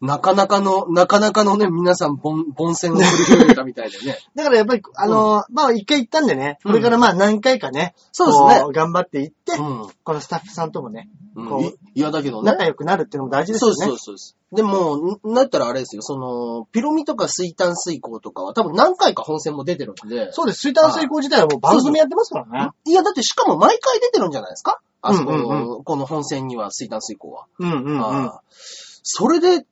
Speaker 2: なかなかの、なかなかのね、皆さん、凡凡戦を繰り広げたみたいでね。
Speaker 1: [laughs] だからやっぱり、あのーまあ一回行ったんでね、これからまあ何回かね、
Speaker 2: そうですね
Speaker 1: こう頑張って行って、
Speaker 2: う
Speaker 1: このスタッフさんともね、
Speaker 2: ん。
Speaker 1: こ
Speaker 2: う
Speaker 1: うん
Speaker 2: いいやだけどね。
Speaker 1: 仲良くなるっていうのも大事です
Speaker 2: そう
Speaker 1: よ
Speaker 2: で
Speaker 1: ね。
Speaker 2: す、そうですそうです。でも、んなったらあれですよ、その、ピロミとか水炭水鋼とかは多分何回か本戦も出てるんで。
Speaker 1: そうです。水炭水工自体はもう番組やってますからね。
Speaker 2: いや、だってしかも毎回出てるんじゃないですかあそこの、
Speaker 1: うんう
Speaker 2: この本線には水炭水鉱は。
Speaker 1: うんうんうん。
Speaker 2: あーそれで、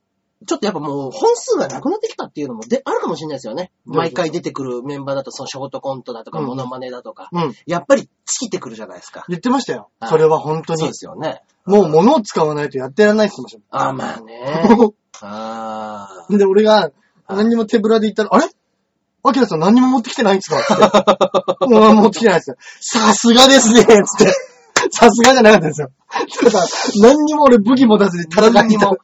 Speaker 2: ちょっとやっぱもう本数がなくなってきたっていうのもであるかもしれないですよね。
Speaker 1: どういうこと
Speaker 2: 毎回出てくるメンバーだと、そのショートコントだとか、
Speaker 1: うん
Speaker 2: モノマネだとか、
Speaker 1: うん。
Speaker 2: やっぱり尽きてくるじゃないですか。
Speaker 1: 言ってましたよ。
Speaker 2: はい
Speaker 1: それは本当
Speaker 2: そう
Speaker 1: に
Speaker 2: で。すよね。
Speaker 1: もう物を使わないとやってらんないって言って
Speaker 2: あー、まあ
Speaker 1: [laughs]
Speaker 2: ね
Speaker 1: ま。したよ。
Speaker 2: ああ。
Speaker 1: で、俺が何にも手ぶらで言ったら、あれアキラさん何にも持ってきてないんですかって。
Speaker 2: [laughs]
Speaker 1: もう何も持ってきてないですよ。さすがですねつって。さすがじゃなかったですよ。ただ、何にも俺武器持たずに戦いにも。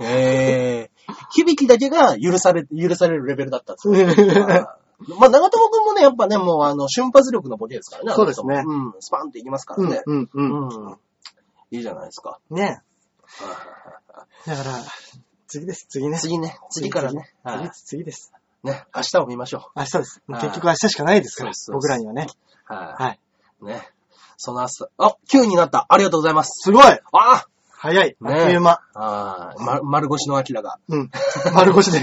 Speaker 2: ええ [laughs] 響きだけが許され、許されるレベルだったんですよ。
Speaker 1: う
Speaker 2: [laughs] まあ、長友くんもね、やっぱね、もうあの、瞬発力のボディですからね。
Speaker 1: そうですね
Speaker 2: あの人もうん、スパンっていきますからね。
Speaker 1: ん、う、
Speaker 2: うん。
Speaker 1: うん
Speaker 2: いいじゃないですか。
Speaker 1: ん。ねえ。だから、次です、次ね。
Speaker 2: 次ね、次からね。
Speaker 1: 次
Speaker 2: はい
Speaker 1: です、次です。
Speaker 2: ね、明日を見ましょ
Speaker 1: 明日です。
Speaker 2: はい
Speaker 1: 結局明日しかないですから
Speaker 2: そ、うで
Speaker 1: 僕
Speaker 2: す
Speaker 1: らにはね。
Speaker 2: う。は
Speaker 1: はい。
Speaker 2: い。ね。その明日、あ、9になった。ありがとうございます。
Speaker 1: すごい
Speaker 2: あ
Speaker 1: 早い。
Speaker 2: ね
Speaker 1: あっという間。
Speaker 2: あああ、ま、丸腰のアキラが。
Speaker 1: うん。丸腰
Speaker 2: [laughs]
Speaker 1: で。
Speaker 2: え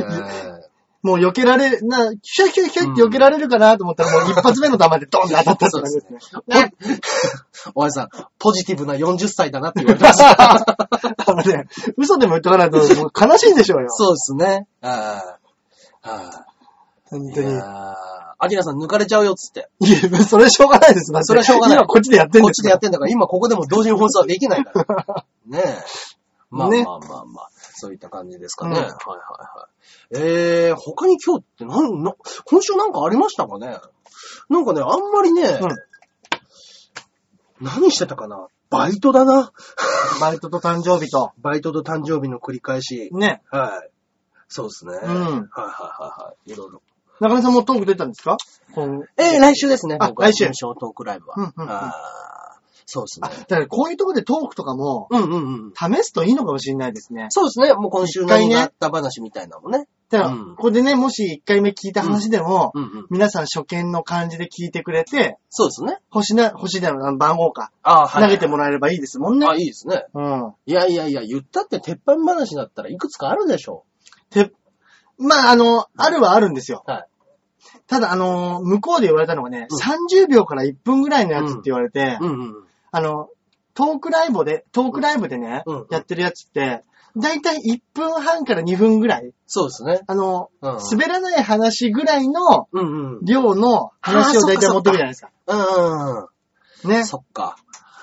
Speaker 2: ー
Speaker 1: もう避けられ、な、ヒュッヒュッヒュッって避けられるかなと思ったら、もう一発目の弾でドンって当たったって感じですね。ね
Speaker 2: [laughs] おやじさん、ポジティブな40歳だなって言われてます。
Speaker 1: あのね、嘘でも言っとかないと、もう悲しいんでしょうよ。
Speaker 2: そうですね。ああ。ああ。
Speaker 1: 本
Speaker 2: い
Speaker 1: 当に。い
Speaker 2: やあ、アキラさん抜かれちゃうよっつって。
Speaker 1: や、 [laughs] それしょうがないです、だって
Speaker 2: それはしょうがない
Speaker 1: 今こっちでやってん
Speaker 2: こっ
Speaker 1: で
Speaker 2: ち
Speaker 1: す
Speaker 2: でやってんだから、今ここでも同時に放送はできないから。 [laughs] ねえ。まあまあ
Speaker 1: ね
Speaker 2: まあまあ、そういった感じですかね。
Speaker 1: うん
Speaker 2: はいはいはい。えー、他に今日ってなん、な、今週なんかありましたかねなんかね、あんまりね、何してたかなバイトだな。
Speaker 1: うん。バイトと誕生日と。
Speaker 2: バイトと誕生日の繰り返し。
Speaker 1: ね。
Speaker 2: はい。そうですね。
Speaker 1: うん
Speaker 2: はいはいはいはい。いろいろ。
Speaker 1: 中根さんもトーク出たんですか今
Speaker 2: えー、来週ですね。
Speaker 1: あ
Speaker 2: 僕は
Speaker 1: 来週
Speaker 2: ショートークライブは。
Speaker 1: うんうんうん
Speaker 2: あーそうです
Speaker 1: あ、
Speaker 2: ね
Speaker 1: だ。からこういうところでトークとかも、
Speaker 2: うんうんうん。
Speaker 1: 試すといいのかもしれないですね。
Speaker 2: そうですね。もう今週
Speaker 1: 一回
Speaker 2: 何
Speaker 1: ね
Speaker 2: があった話みたいなのもね。
Speaker 1: だから、
Speaker 2: うん
Speaker 1: ここでね、もし一回目聞いた話でも、
Speaker 2: うんうん。
Speaker 1: 皆さん初見の感じで聞いてくれて、
Speaker 2: そうですね。
Speaker 1: 星な、星だの番号か、
Speaker 2: ああ、はい。
Speaker 1: 投げてもらえればいいですもんね
Speaker 2: あ、。いいですね。
Speaker 1: うん。
Speaker 2: いやいやいや、言ったって鉄板話だったらいくつかあるでしょ
Speaker 1: て、まあ、あの、あるはあるんですよ。
Speaker 2: はい
Speaker 1: ただ、あの、向こうで言われたのがね、
Speaker 2: うん
Speaker 1: 30秒から1分ぐらいのやつって言われて、
Speaker 2: う。うんうん。
Speaker 1: あの、トークライブで、トークライブでね、
Speaker 2: うん
Speaker 1: やってるやつって、だいたい1分半から2分ぐらい、
Speaker 2: そうですね。
Speaker 1: あの、
Speaker 2: うん。
Speaker 1: 滑らない話ぐらいの
Speaker 2: うんうん。
Speaker 1: 量の話をだいたい持ってくるじゃないですか。
Speaker 2: うんうんう
Speaker 1: ね
Speaker 2: ん。。そっか。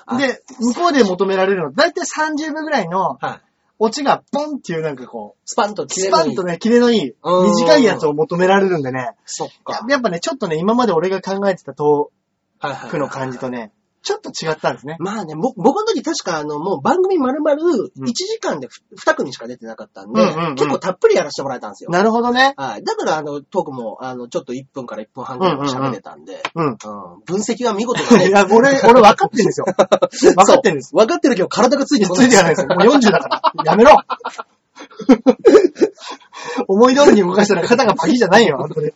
Speaker 2: あ
Speaker 1: で、向こうで求められるの、だいたい30秒ぐらいの、
Speaker 2: はい。
Speaker 1: オチがポンっていうなんかこう、
Speaker 2: スパンと切れ
Speaker 1: ス
Speaker 2: るの
Speaker 1: パ
Speaker 2: に
Speaker 1: ンとね、キレのいい、
Speaker 2: うん
Speaker 1: 短いやつを求められるんでね、
Speaker 2: そっ
Speaker 1: や
Speaker 2: か。
Speaker 1: やっぱね、ちょっとね、今まで俺が考えてたト
Speaker 2: はいは
Speaker 1: ークの感じとね、ちょっと違ったんですね。
Speaker 2: まあね、ぼ僕の時確かあの、もう番組丸々
Speaker 1: うん
Speaker 2: 1時間で2組しか出てなかったんで、
Speaker 1: うんうんうん
Speaker 2: 結構たっぷりやらせてもらえたんですよ。
Speaker 1: なるほどね。
Speaker 2: はい。だからあの、トークも、あの、ちょっと1分から1分半ぐらい喋れたんで、 [laughs]
Speaker 1: うん。
Speaker 2: うん分析は見事だ
Speaker 1: [laughs]
Speaker 2: ね
Speaker 1: い。や、俺、俺分かってんですよ。分かってんです。
Speaker 2: そう。分かってるけど体がついてこ
Speaker 1: ついていかないですよ。もう40だから。やめろ [laughs] 思い通りに動かしたら肩がパキじゃないよ、本当に。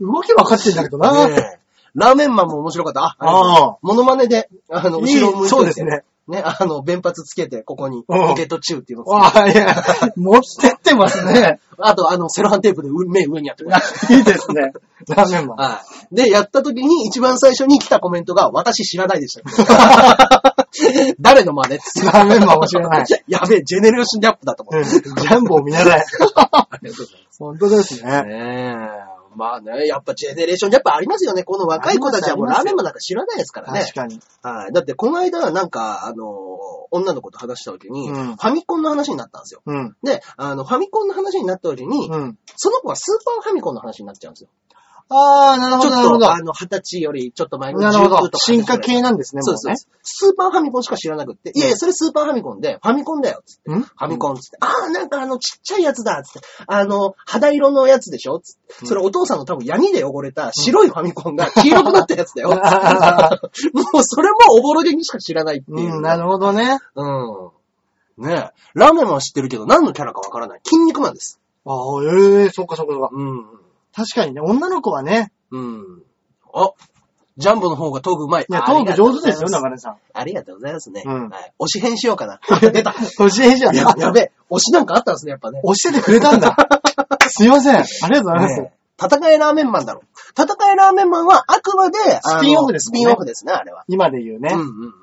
Speaker 1: 動き分かってんだけどな。
Speaker 2: [laughs] ねえラーメンマンも面白かった。あ、
Speaker 1: ああ
Speaker 2: モノマネで、あの、
Speaker 1: いい
Speaker 2: 後ろを向いておいて
Speaker 1: そうですね。
Speaker 2: ね、あの、弁髪つけて、ここに、
Speaker 1: うん
Speaker 2: ポケットチューっていうのをつけて
Speaker 1: わあ、いや、持ってってますね。 [laughs]
Speaker 2: あと、あの、セロハンテープでう目上にやってくれる。
Speaker 1: いいですね。ラーメンマン。
Speaker 2: はい。で、やった時に一番最初に来たコメントが、私知らないでした。
Speaker 1: [laughs]
Speaker 2: 誰の真似っつって
Speaker 1: ラーメンマンも知らない。
Speaker 2: [laughs] やべえ、ジェネレーションギャップだと思
Speaker 1: うん
Speaker 2: って。
Speaker 1: ジャンボを見習え。
Speaker 2: ありがとう
Speaker 1: [laughs]
Speaker 2: ございます
Speaker 1: 本当ですね。
Speaker 2: ねえ。まあね、やっぱジェネレーションギャップありますよね。この若い子たちはもうラーメンマンなんか知らないですからね。
Speaker 1: 確かに。
Speaker 2: はい。だって、この間、なんか、あのー、女の子と話した時に、
Speaker 1: うん
Speaker 2: ファミコンの話になったんですよ。
Speaker 1: うん。
Speaker 2: で、あの、ファミコンの話になった時に、
Speaker 1: うん。
Speaker 2: その子はスーパーファミコンの話になっちゃうんですよ。
Speaker 1: あー、なるほ
Speaker 2: ち
Speaker 1: ど、なる
Speaker 2: ょ
Speaker 1: ほ
Speaker 2: っ
Speaker 1: ど
Speaker 2: と、。あの、二十歳よりちょっと前ぐら
Speaker 1: ないるほ
Speaker 2: 19
Speaker 1: ど
Speaker 2: と。か
Speaker 1: 進化系なんですね、
Speaker 2: そう
Speaker 1: も
Speaker 2: で
Speaker 1: う
Speaker 2: すね
Speaker 1: ね。。
Speaker 2: スーパーファミコンしか知らなくって、いやいや、それスーパーファミコンで、ファミコンだよ、つって。
Speaker 1: ん
Speaker 2: ファミコン、つって。ああ、なんかあの、ちっちゃいやつだ、つって。あの、肌色のやつでしょつって。それお父さんの多分闇で汚れた白いファミ
Speaker 1: [laughs]
Speaker 2: コンが黄色くなったやつだよ。もうそれもおぼろげにしか知らないっていう。
Speaker 1: うん、なるほどね。
Speaker 2: うん。ねえ。ラーメンマンは知ってるけど、何のキャラかわからない。筋肉マンです。
Speaker 1: あー、えー、そっかそっかそっか。
Speaker 2: うん。
Speaker 1: 確かにね、女の子はね、
Speaker 2: うん。あ、ジャンボの方がトークうまい。
Speaker 1: いや、トーク上手ですよ、
Speaker 2: だか
Speaker 1: 中根さん。
Speaker 2: ありがとうございますね。
Speaker 1: うん
Speaker 2: はい。推し変しようかな。あ
Speaker 1: [laughs]
Speaker 2: 出た。
Speaker 1: 都市編じゃん。
Speaker 2: や
Speaker 1: あ、
Speaker 2: やべえ。推しなんかあったんですね、やっぱね。
Speaker 1: 教えてくれたん
Speaker 2: [laughs]
Speaker 1: だ。すいません。ありがとうございます。
Speaker 2: ねえ戦いラーメンマンだろ。戦いラーメンマンはあくまで、あの
Speaker 1: スピンオフです
Speaker 2: ス
Speaker 1: もん
Speaker 2: ピ
Speaker 1: ね
Speaker 2: ンオフですね、あれは。
Speaker 1: 今で言うね
Speaker 2: うん。うんうん。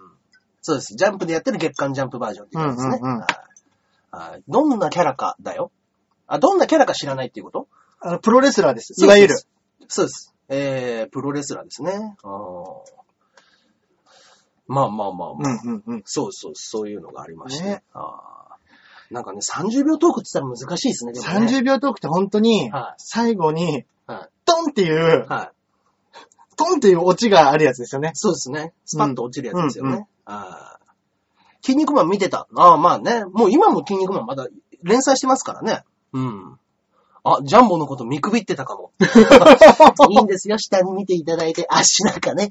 Speaker 2: そうです。ジャンプでやってる月刊ジャンプバージョンっていう感じですね。
Speaker 1: うんうんうん
Speaker 2: はいあどんなキャラかだよ。あ、どんなキャラか知らないっていうこと
Speaker 1: あの、プロレスラーです。いわゆる。。
Speaker 2: そうです。えー、プロレスラーですね。あーまあまあまあまあ。
Speaker 1: うんうんうん。
Speaker 2: そうそう、そういうのがありまして。
Speaker 1: ね
Speaker 2: あーなんかね、30秒トークって言ったら難しいですね、でもね。
Speaker 1: 30秒トークって本当に、
Speaker 2: は
Speaker 1: 最後に、
Speaker 2: い。は
Speaker 1: トンっていう
Speaker 2: い。、はい。
Speaker 1: トンっていうオチがあるやつですよね。
Speaker 2: そうですね。スパッと落ちるやつですよね。
Speaker 1: うんうん
Speaker 2: あー筋肉マン見てた。ああ、まあね。もう今も筋肉マンまだ連載してますからね。うん。あ、ジャンボのこと見くびってたか
Speaker 1: [laughs]
Speaker 2: も。いいんですよ。下に見ていただいて。足なんかね。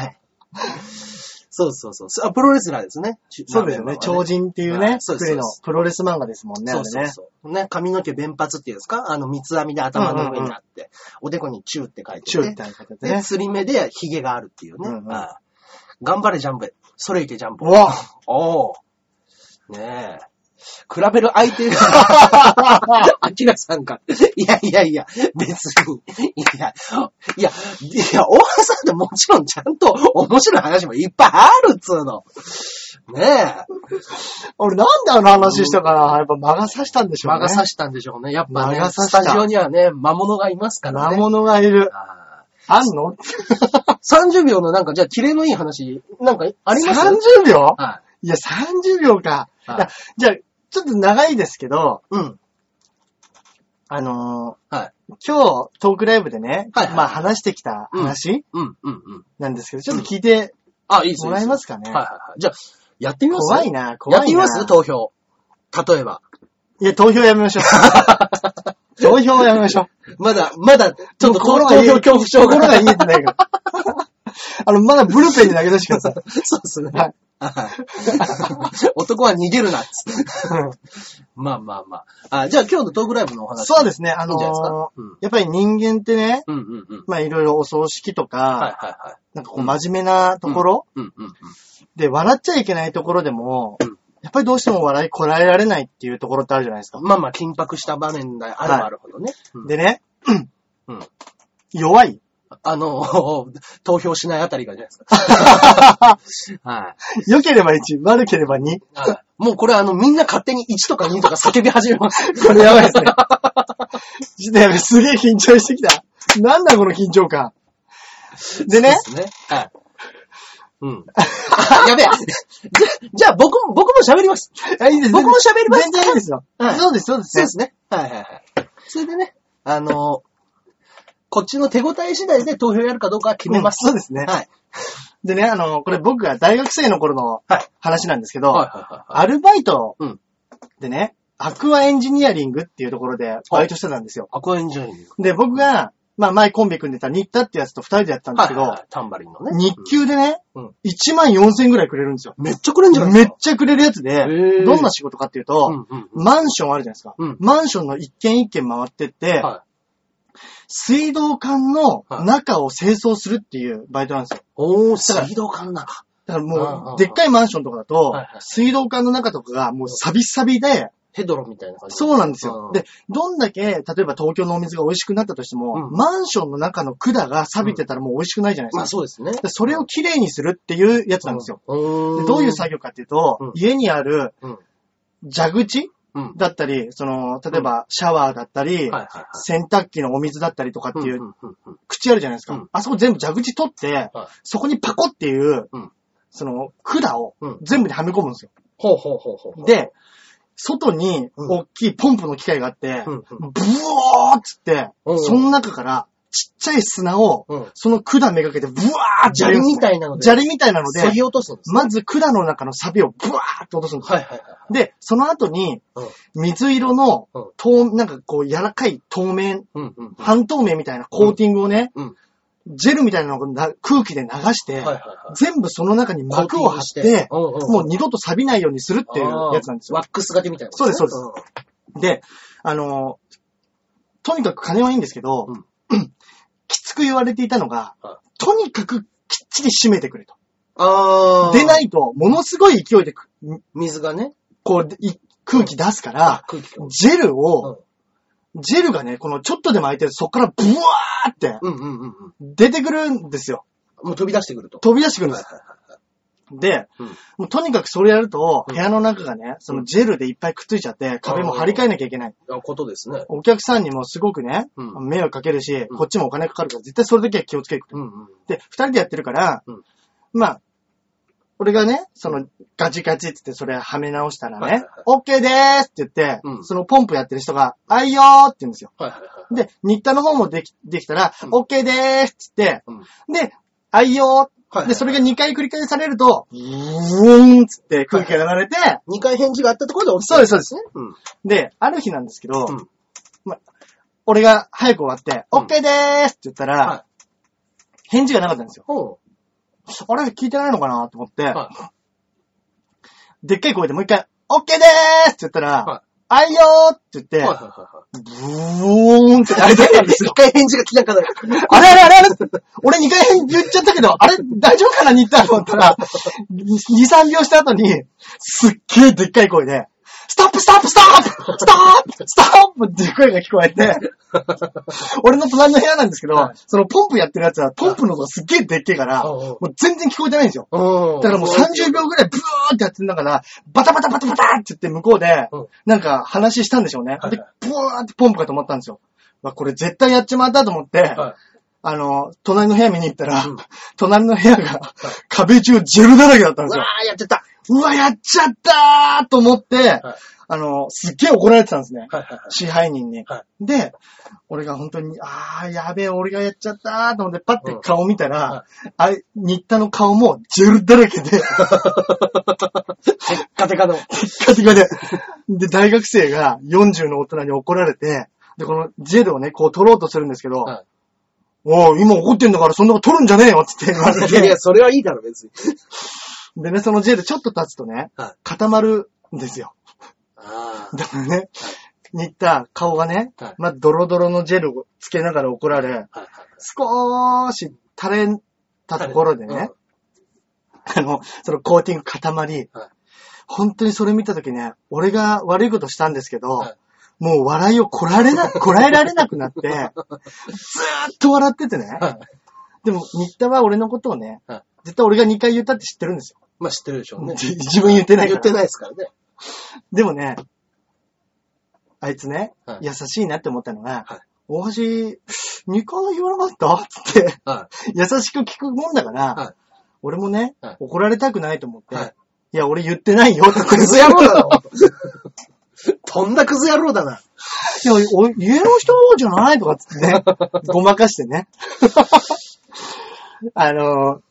Speaker 2: はいそうそうそう。あ、プロレスラーですね。
Speaker 1: そうですよ
Speaker 2: まあ
Speaker 1: ね。超人っていう
Speaker 2: は
Speaker 1: ね
Speaker 2: い、そうです
Speaker 1: 作りの
Speaker 2: そ
Speaker 1: プロレス漫画ですもんね、あ
Speaker 2: そ
Speaker 1: れ
Speaker 2: うそう
Speaker 1: ね。
Speaker 2: そう。ね、髪の毛弁髪っていうんですかあの、三つ編みで頭の上にあって、おでこにチューって書いてて。
Speaker 1: チューみたいな形で
Speaker 2: で、
Speaker 1: ね。
Speaker 2: すり目でヒゲがあるっていうね。
Speaker 1: うんうん
Speaker 2: ああ頑張れジャンボ。それいけジャン
Speaker 1: う
Speaker 2: ボ。
Speaker 1: わ
Speaker 2: おお。ねえ。比べる相
Speaker 1: [laughs]
Speaker 2: 手が、アキラさんが、いやいやいや、別に、いや、いや、いや、大原さんってもちろんちゃんと面白い話もいっぱいあるっつうの。ねえ。
Speaker 1: 俺なんであの話したかなやっぱ魔が差したんでしょうね。
Speaker 2: 魔が差したんでしょうね。やっぱね
Speaker 1: 魔、が差
Speaker 2: ス
Speaker 1: した
Speaker 2: タジオにはね、魔物がいますから
Speaker 1: 魔
Speaker 2: ね。
Speaker 1: 物がいる。
Speaker 2: あ
Speaker 1: あんの
Speaker 2: ー30秒のなんか、じゃあ、キレのいい話、なんかあります
Speaker 1: ?30 秒
Speaker 2: はい
Speaker 1: や、30秒か。
Speaker 2: はい
Speaker 1: いやじゃあ、ちょっと長いですけど、
Speaker 2: うん。
Speaker 1: あの
Speaker 2: はい。
Speaker 1: ー今日トークライブでね、
Speaker 2: はいはい
Speaker 1: まあ話してきた話
Speaker 2: うん、うん、うん。
Speaker 1: なんですけど、ちょっと聞いて
Speaker 2: あ、いいです
Speaker 1: もらえますすか
Speaker 2: ね。
Speaker 1: ね。
Speaker 2: はいはいはい。じゃあ、やってみます
Speaker 1: 怖いな、怖いな。
Speaker 2: やってみます投票。例えば。
Speaker 1: いや、投票やめましょう。
Speaker 2: [laughs]
Speaker 1: 投票やめましょう。
Speaker 2: まだ、まだ、ちょっとこ
Speaker 1: もう
Speaker 2: の投票恐怖症
Speaker 1: 心
Speaker 2: が。
Speaker 1: が言えてないから。あの、まだブルペンに投げ出してください。
Speaker 2: [laughs] [laughs] そうですね。
Speaker 1: はい
Speaker 2: はい [laughs] 男は逃げるなっつって。まあまあまあ。あじゃあ今日のトークライブのお話。
Speaker 1: そうですね、あ
Speaker 2: いい
Speaker 1: の
Speaker 2: んじゃないです
Speaker 1: ー
Speaker 2: か。うん。
Speaker 1: やっぱり人間ってね、
Speaker 2: うんうんうん。
Speaker 1: まあいろいろお葬式とか、
Speaker 2: はいはいはい。
Speaker 1: なんかこう真面目なところ、
Speaker 2: うんうんうん。
Speaker 1: で笑っちゃいけないところでも、
Speaker 2: うん
Speaker 1: やっぱりどうしても笑いこらえられないっていうところってあるじゃないですか。
Speaker 2: まあまあ、緊迫した場面であればあるほどね。うん
Speaker 1: でね、
Speaker 2: うん
Speaker 1: 弱い。
Speaker 2: あの、投票しないあたりがじゃな
Speaker 1: [laughs]
Speaker 2: いですか。はい。
Speaker 1: 良ければ1、悪ければ2。
Speaker 2: はいもうこれあの、みんな勝手に1とか2とか叫び始めます。
Speaker 1: これやばいですね。ちょっとやべ、すげえ緊張してきた。なんだこの緊張感。でね、
Speaker 2: そう [laughs] ですね。はい。 [laughs] うん。あやべえ。じゃ、じゃあ僕も、僕も喋ります。
Speaker 1: あいいです
Speaker 2: 僕も喋ります
Speaker 1: 全然いいですよ。
Speaker 2: はい
Speaker 1: そうです、そうで。
Speaker 2: そうですすね。はいはいはい。それでね、あの、こっちの手応え次第で投票やるかどうかは決めます。
Speaker 1: うんそうですね
Speaker 2: はい。
Speaker 1: でね、あの、これ僕が大学生の頃の
Speaker 2: はい
Speaker 1: 話なんですけど、
Speaker 2: はいはいはいはい。
Speaker 1: アルバイト
Speaker 2: うん
Speaker 1: でね、アクアエンジニアリングっていうところでバイトしてたんですよ。
Speaker 2: アクアエンジニアリング。
Speaker 1: で、僕が、まあ前コンビ組んでた新田ってやつと二人でやってたんです
Speaker 2: は
Speaker 1: け
Speaker 2: い
Speaker 1: ど、
Speaker 2: はいはい。タンバリンのね。
Speaker 1: 日給でね、
Speaker 2: うん
Speaker 1: 1万4000円ぐらいくれるんですよ。
Speaker 2: めっちゃくれんじゃない
Speaker 1: めっ
Speaker 2: ですか。
Speaker 1: ちゃくれるやつで
Speaker 2: へ、ー
Speaker 1: どんな仕事かっていうと、
Speaker 2: うんうんうん。
Speaker 1: マンションあるじゃないですか。
Speaker 2: うん
Speaker 1: マンションの一軒一軒回ってって、
Speaker 2: はい。
Speaker 1: 水道管の中を清掃するっていうバイトなんですよ。
Speaker 2: おー、水道管なか。
Speaker 1: だから
Speaker 2: うんうん
Speaker 1: も
Speaker 2: うん
Speaker 1: う、でっかいマンションとかだと
Speaker 2: はいはい、
Speaker 1: 水道管の中とかがもうサビサビで、
Speaker 2: ヘドロみたいな感じ。
Speaker 1: そうなんですよ。
Speaker 2: ん
Speaker 1: で、、どんだけ、例えば東京のお水が美味しくなったとしても、
Speaker 2: うん
Speaker 1: マンションの中の管が錆びてたらもう美味しくないじゃないです
Speaker 2: ま
Speaker 1: か。
Speaker 2: あそうですね。
Speaker 1: でそれをきれいにするっていうやつなんですよ。
Speaker 2: うん。
Speaker 1: でどういう
Speaker 2: 際
Speaker 1: 作業かっていうと、
Speaker 2: うん
Speaker 1: 家にある
Speaker 2: うん。
Speaker 1: 蛇口
Speaker 2: うん。
Speaker 1: だったり、その、例えばシャワーだったり、
Speaker 2: はいはいはい。
Speaker 1: 洗濯機のお水だったりとかっていう
Speaker 2: うんうんうんうん
Speaker 1: 口あるじゃないですか。
Speaker 2: うん
Speaker 1: あそこ全部蛇口取って、
Speaker 2: はい
Speaker 1: そこにパコっていう、
Speaker 2: うん
Speaker 1: その、管を
Speaker 2: うん
Speaker 1: 全部にはめ込むんですよ。
Speaker 2: ほうほうほうほう。
Speaker 1: で、外に
Speaker 2: うん
Speaker 1: 大きいポンプの機械があって、
Speaker 2: うんうん
Speaker 1: ブワーっつって、
Speaker 2: うん
Speaker 1: その中からちっちゃい砂を、
Speaker 2: うん
Speaker 1: その管めがけて、ブワーって
Speaker 2: 砂利みたいなので、
Speaker 1: 砂利みたいなので
Speaker 2: 削、ぎ落とすんです。
Speaker 1: まず管の中のサビをブワーって落とすんですよ。
Speaker 2: はいはいはい。
Speaker 1: で、その後に
Speaker 2: うん、
Speaker 1: 水色の
Speaker 2: うん、
Speaker 1: 透、なんかこう、柔らかい透明、
Speaker 2: うんうんうん。
Speaker 1: 半透明みたいなコーティングをね、
Speaker 2: うん。
Speaker 1: ジェルみたいなのをな空気で流して、
Speaker 2: はいはいはい。
Speaker 1: 全部その中に膜を張っ
Speaker 2: コーティングして
Speaker 1: て、
Speaker 2: うんうんうん
Speaker 1: もう二度と錆びないようにするっていうやつなんですよ。
Speaker 2: ワックスがけみたいなことね。
Speaker 1: そうですそで、あの、とにかく金はいいんですけど、
Speaker 2: うん
Speaker 1: [clears throat] きつく言われていたのが、
Speaker 2: は
Speaker 1: とにかくきっちり締めてくれと。
Speaker 2: あー。。
Speaker 1: でないいと、ものすごい勢いでく、
Speaker 2: 水がね、
Speaker 1: こう、い空気出すから、
Speaker 2: 空気が。
Speaker 1: ジェルを、ジェルがね、このちょっとでも空いてる、そこからブワーって
Speaker 2: うんうんうんうん。
Speaker 1: 出てくるんですよ。
Speaker 2: もう飛び出してくると。
Speaker 1: 飛び出してくるんです。
Speaker 2: はいはいはい
Speaker 1: で、
Speaker 2: うん
Speaker 1: もうとにかくそれやると、
Speaker 2: うん
Speaker 1: 部屋の中がね、そのジェルでいっぱいくっついちゃって、壁も張り替えなきゃいけない。
Speaker 2: あことですね。
Speaker 1: お客さんにもすごくね、
Speaker 2: うん
Speaker 1: 迷惑かけるし、
Speaker 2: うん
Speaker 1: こっちもお金かかるから、絶対それだけは気をつけて。
Speaker 2: うんうん。
Speaker 1: で、二人でやってるから、
Speaker 2: うん
Speaker 1: まあ、俺がね、その、ガチガチって言ってそれはめ直したら
Speaker 2: はいはい
Speaker 1: ね
Speaker 2: はい、
Speaker 1: オッケーでーすって言って、
Speaker 2: うん
Speaker 1: そのポンプやってる人が、あいよーって言うんですよ。
Speaker 2: はいはいはい。
Speaker 1: で、新田の方もでき、できたら、
Speaker 2: うん
Speaker 1: オッケーでーすって言って、
Speaker 2: うん。
Speaker 1: で、あいよ
Speaker 2: はいはいは
Speaker 1: ー。
Speaker 2: い
Speaker 1: で、それが2回繰り返されると、ブーンっつって空気が流れて、
Speaker 2: 2回返事があったところで起き
Speaker 1: そうです、そうです。
Speaker 2: た。うん。
Speaker 1: で、ある日なんですけど、
Speaker 2: うん
Speaker 1: 俺が早く終わって、
Speaker 2: う
Speaker 1: オ
Speaker 2: ん
Speaker 1: ッケーでーすって言ったら、
Speaker 2: はい
Speaker 1: 返事がなかったんですよ。
Speaker 2: ほ
Speaker 1: あれ聞いてないのかなと思って、
Speaker 2: う。は
Speaker 1: でっかい声でもう一回、オッケーでーすって言ったら、
Speaker 2: は
Speaker 1: あいよーって言って、
Speaker 2: い。はいはいはいはい。
Speaker 1: ブーンってあれ出たんですよ
Speaker 2: 一。回返事が来なかった。
Speaker 1: あれあれあれあれ俺2回言っちゃったけど、あれ大丈夫かな新田と思ったら、2、3秒した後に、すっげーでっかい声で、ストップストップストップストップストップっていう声が聞こえて、俺の隣の部屋なんですけど、
Speaker 2: はい
Speaker 1: そのポンプやってるやつは、ポンプの音がすっげーでっけえから、
Speaker 2: うんうん
Speaker 1: もう全然聞こえてないんですよ。
Speaker 2: うん
Speaker 1: だからもう30秒ぐらいブーってやってんだから、バタバタバタバタって言って向こうで
Speaker 2: うん、
Speaker 1: なんか話したんでしょうね。
Speaker 2: はい
Speaker 1: で、ブワーってポンプが止まったんですよ。うわこれ絶対やっちまったと思って、
Speaker 2: はい
Speaker 1: あの、隣の部屋見に行ったら、
Speaker 2: うん
Speaker 1: 隣の部屋が壁中ジェルだらけだったんで
Speaker 2: う
Speaker 1: すよ
Speaker 2: わ。ー、やっちゃった。
Speaker 1: うわ、やっちゃったーと思って、あの、すっげえ怒られてたんですね。
Speaker 2: はいはいはい。
Speaker 1: 支配人に。
Speaker 2: は
Speaker 1: で、俺が本当に、あー、やべえ、俺がやっちゃったーと思って、パッて顔見たら、あい、新田の顔もジェルだらけで、
Speaker 2: テッカテカの。
Speaker 1: カテカで。で、大学生が40の大人に怒られて、で、このジェルをね、こう取ろうとするんですけど、
Speaker 2: はい
Speaker 1: おう、今怒ってんだからそんなこと取るんじゃねえよって言われ
Speaker 2: [laughs] いやいや、
Speaker 1: て、
Speaker 2: それはいいだろ、別に。
Speaker 1: でね、そのジェルちょっと経つとね、
Speaker 2: はい
Speaker 1: 固まるんですよ。
Speaker 2: あ
Speaker 1: だからね、似た顔がね、
Speaker 2: はい
Speaker 1: まあ、ドロドロのジェルをつけながら怒られ、
Speaker 2: あ。はいはい。
Speaker 1: 少し垂れたところでね、あの、そのコーティング固まり、
Speaker 2: はい
Speaker 1: 本当にそれ見たときね、俺が悪いことしたんですけど、
Speaker 2: はい
Speaker 1: もう笑いをこられ
Speaker 2: [laughs]
Speaker 1: な、こらえられなくなって、ずーっと笑っててね、
Speaker 2: うん。はい。
Speaker 1: でも、新田は俺のことをね、
Speaker 2: はい
Speaker 1: 絶対俺が2回言ったって知ってるんですよ。
Speaker 2: まあ知ってるでしょうね。
Speaker 1: 自分言ってないか
Speaker 2: 言
Speaker 1: ら。
Speaker 2: ってないですからね。
Speaker 1: でもね、あいつね、
Speaker 2: はい
Speaker 1: 優しいなって思ったのが、
Speaker 2: はい
Speaker 1: 大橋、2回言わなかったつって、
Speaker 2: は
Speaker 1: 優しく聞くもんだから、
Speaker 2: はい
Speaker 1: 俺もね、
Speaker 2: はい
Speaker 1: 怒られたくないと思って、
Speaker 2: はいい、
Speaker 1: や、俺言ってないよって
Speaker 2: い。クズ野郎 [laughs] だろ。とんだクズ野郎だ
Speaker 1: い
Speaker 2: な。
Speaker 1: や、お家の人じゃないとかっつ
Speaker 2: [laughs]
Speaker 1: ってね、ごまかしてね。 [laughs] あの、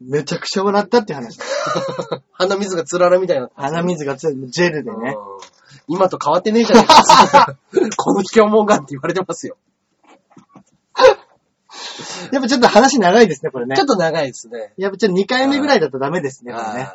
Speaker 1: めちゃくちゃ笑ったっていう話。
Speaker 2: 鼻水がつららみたいな。
Speaker 1: 鼻水が強い、ジェルで
Speaker 2: う
Speaker 1: ね
Speaker 2: ん。今と変わってねえじゃねえ [laughs] か。この卑怯もんがって言われてますよ。
Speaker 1: やっぱちょっと話長いですね、これね
Speaker 2: ちょ。っと長いですね。
Speaker 1: やっぱちょっと2回目ぐらいだとダメですね、これね。
Speaker 2: あ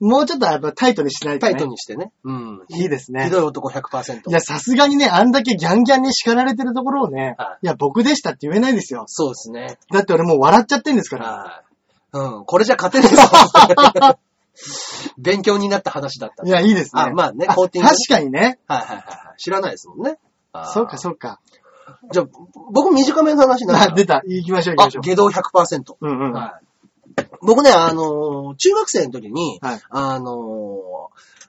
Speaker 1: もうちょっとやっぱタイトにしない
Speaker 2: ー
Speaker 1: と、
Speaker 2: タ
Speaker 1: ね。
Speaker 2: イトにしてね。うん。
Speaker 1: いいですね
Speaker 2: ひ。どい男100%。
Speaker 1: いや、さすがにね、あんだけギャンギャンに叱られてるところをね、
Speaker 2: はい
Speaker 1: や、僕でしたって言えないですよ。
Speaker 2: そうですね。
Speaker 1: だって俺もう笑っちゃってんですから。
Speaker 2: はい。うん、これじゃ勝てない
Speaker 1: [laughs]
Speaker 2: です。勉強になった話だった
Speaker 1: い。や、いいですね。
Speaker 2: あまあね
Speaker 1: あ
Speaker 2: コーティングね
Speaker 1: 確かにね。
Speaker 2: はいはいはいはい。知らないですもんね。あー
Speaker 1: そうか、そうか。
Speaker 2: じゃあ、僕短めの話にな
Speaker 1: あ、
Speaker 2: る
Speaker 1: 出た。行きましょう、行
Speaker 2: あ、
Speaker 1: きましょ
Speaker 2: 下道100%。
Speaker 1: う。うんうん。は
Speaker 2: はい。僕ね、あのー中学生の時に、
Speaker 1: はい
Speaker 2: あのー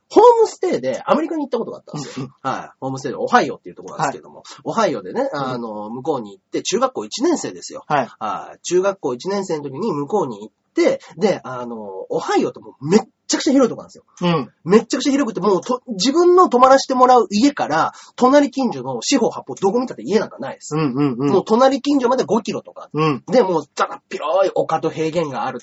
Speaker 2: ホームステイでアメリカに行ったことがあったんですよ。はい。ホームステイでオハイオっていうところなんですけども、オハイオでね、あのー向こうに行って、中学校1年生ですよ。
Speaker 1: い。
Speaker 2: はい。中学校1年生の時に向こうに行って、で、あのーオハイオってもうめっちゃくちゃ広いとこなんですよ。
Speaker 1: うん。
Speaker 2: めっちゃくちゃ広くて、もうと、自分の泊まらせてもらう家から、隣近所の四方八方、どこ見たって家なんかないです。
Speaker 1: うんうんう
Speaker 2: も
Speaker 1: ん
Speaker 2: う。隣近所まで5キロとか。
Speaker 1: うん。
Speaker 2: で、もう、ただ広い丘と平原がある。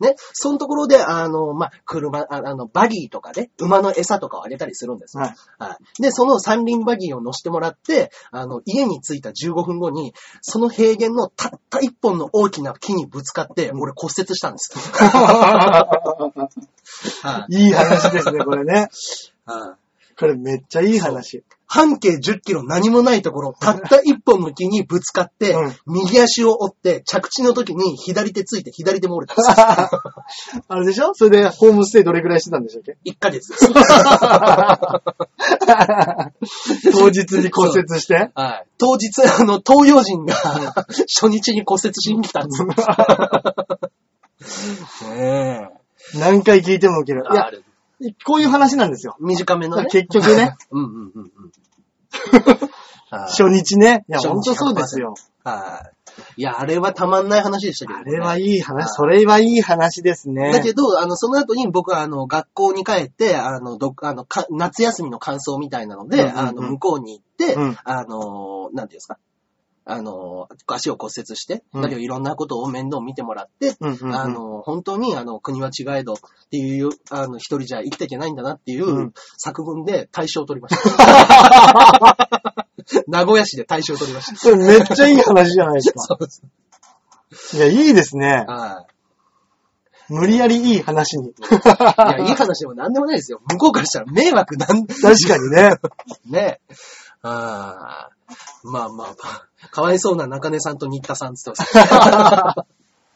Speaker 2: ね。そのところで、あの、まあ、車、ああの、バギーとかで、馬の餌とかをあげたりするんです。 [laughs]
Speaker 1: はい。
Speaker 2: はい。で、その三輪バギーを乗せてもらって、あの、家に着いた15分後に、その平原のたった一本の大きな木にぶつかって、俺骨折したんです。 [laughs] はい
Speaker 1: いい話ですね、これね。
Speaker 2: はい。
Speaker 1: これめっちゃいい話。
Speaker 2: 半径10キロ何もないところ、たった一本の木にぶつかって、
Speaker 1: うん
Speaker 2: 右足を折って、着地の時に左手ついて左手も折れたんです。 [laughs]
Speaker 1: あれでしょそれでホームステイどれぐらいしてたんでした
Speaker 2: [laughs]
Speaker 1: っけ
Speaker 2: 1ヶ月です。
Speaker 1: 当日に骨折して。
Speaker 2: はい。当日、あの、東洋人が初日に骨折しに来たんです。ねえ
Speaker 1: 何回聞いても受ける。い
Speaker 2: あ
Speaker 1: や
Speaker 2: あ、る
Speaker 1: こういう話なんですよ。
Speaker 2: 短めのね。
Speaker 1: 結局ね。
Speaker 2: うんうんうんうん。あー
Speaker 1: 初日ね。いや、
Speaker 2: 初日
Speaker 1: ほんとそうですよ。
Speaker 2: はい。いや、あれはたまんない話でしたけど、
Speaker 1: あ
Speaker 2: ね。
Speaker 1: れはいいい
Speaker 2: あー
Speaker 1: 話、それはいい話ですね。
Speaker 2: だけど、あの、その後に僕は、あの、学校に帰って、あの、どっあの、か夏休みの感想みたいなので、
Speaker 1: うんうんうん
Speaker 2: あの、向こうに行って、
Speaker 1: うん
Speaker 2: あの、なんていうんですか。あの、足を骨折して、
Speaker 1: うん
Speaker 2: だけどいろんなことを面倒見てもらって、
Speaker 1: うんうんうん
Speaker 2: あの、本当に、あの、国は違えどっていう、あの、一人じゃ生きていけないんだなっていううん作文で大賞を取りました。
Speaker 1: [laughs]
Speaker 2: 名古屋市で大賞を取りました。
Speaker 1: それめっちゃいい話じゃないですか。
Speaker 2: [laughs] そうです。
Speaker 1: いや、いいですね。
Speaker 2: は
Speaker 1: 無理やりいい話
Speaker 2: [laughs]
Speaker 1: に。
Speaker 2: い。いや、いい話でも何でもないですよ。向こうからしたら迷惑なん、
Speaker 1: 確かにね。
Speaker 2: ね。あーまあまあまあ。かわいそうな中根さんと新田さんって言って
Speaker 1: [laughs]
Speaker 2: ま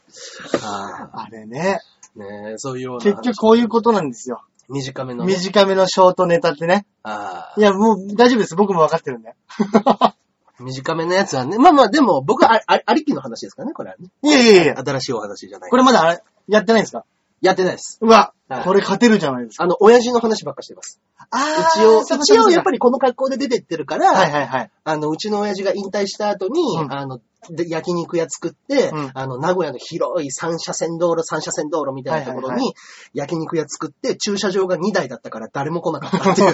Speaker 2: す。あ
Speaker 1: あれね。
Speaker 2: ーねえそういうような
Speaker 1: 結局こういうことなんですよ。
Speaker 2: 短めのね、
Speaker 1: 短めのショートネタってね。
Speaker 2: あ
Speaker 1: いや、もう大丈夫です。僕もわかってるんで。
Speaker 2: ー短めのやつはね。まあまあ、でも僕はああありきの話ですからね、これはね。
Speaker 1: いやいやいや。
Speaker 2: 新しいお話じゃない。
Speaker 1: これまだあれやってないんですか
Speaker 2: やってないです。
Speaker 1: うわ
Speaker 2: はい、
Speaker 1: これ勝てるじゃないですか。
Speaker 2: あの、親父の話ばっかしてます。
Speaker 1: あ
Speaker 2: 一応、一応やっぱ
Speaker 1: り。
Speaker 2: りこの格好で出てってるから、
Speaker 1: はいはいはい。
Speaker 2: あの、うちの親父が引退した後に、
Speaker 1: うん
Speaker 2: あの、で焼肉屋作って、
Speaker 1: うん
Speaker 2: あの、名古屋の広い三車線道路、三車線道路みたいなところ
Speaker 1: はいはいは
Speaker 2: に、焼肉屋作って、駐車場が2台だったから誰も来なかったっ
Speaker 1: [laughs]
Speaker 2: ていう。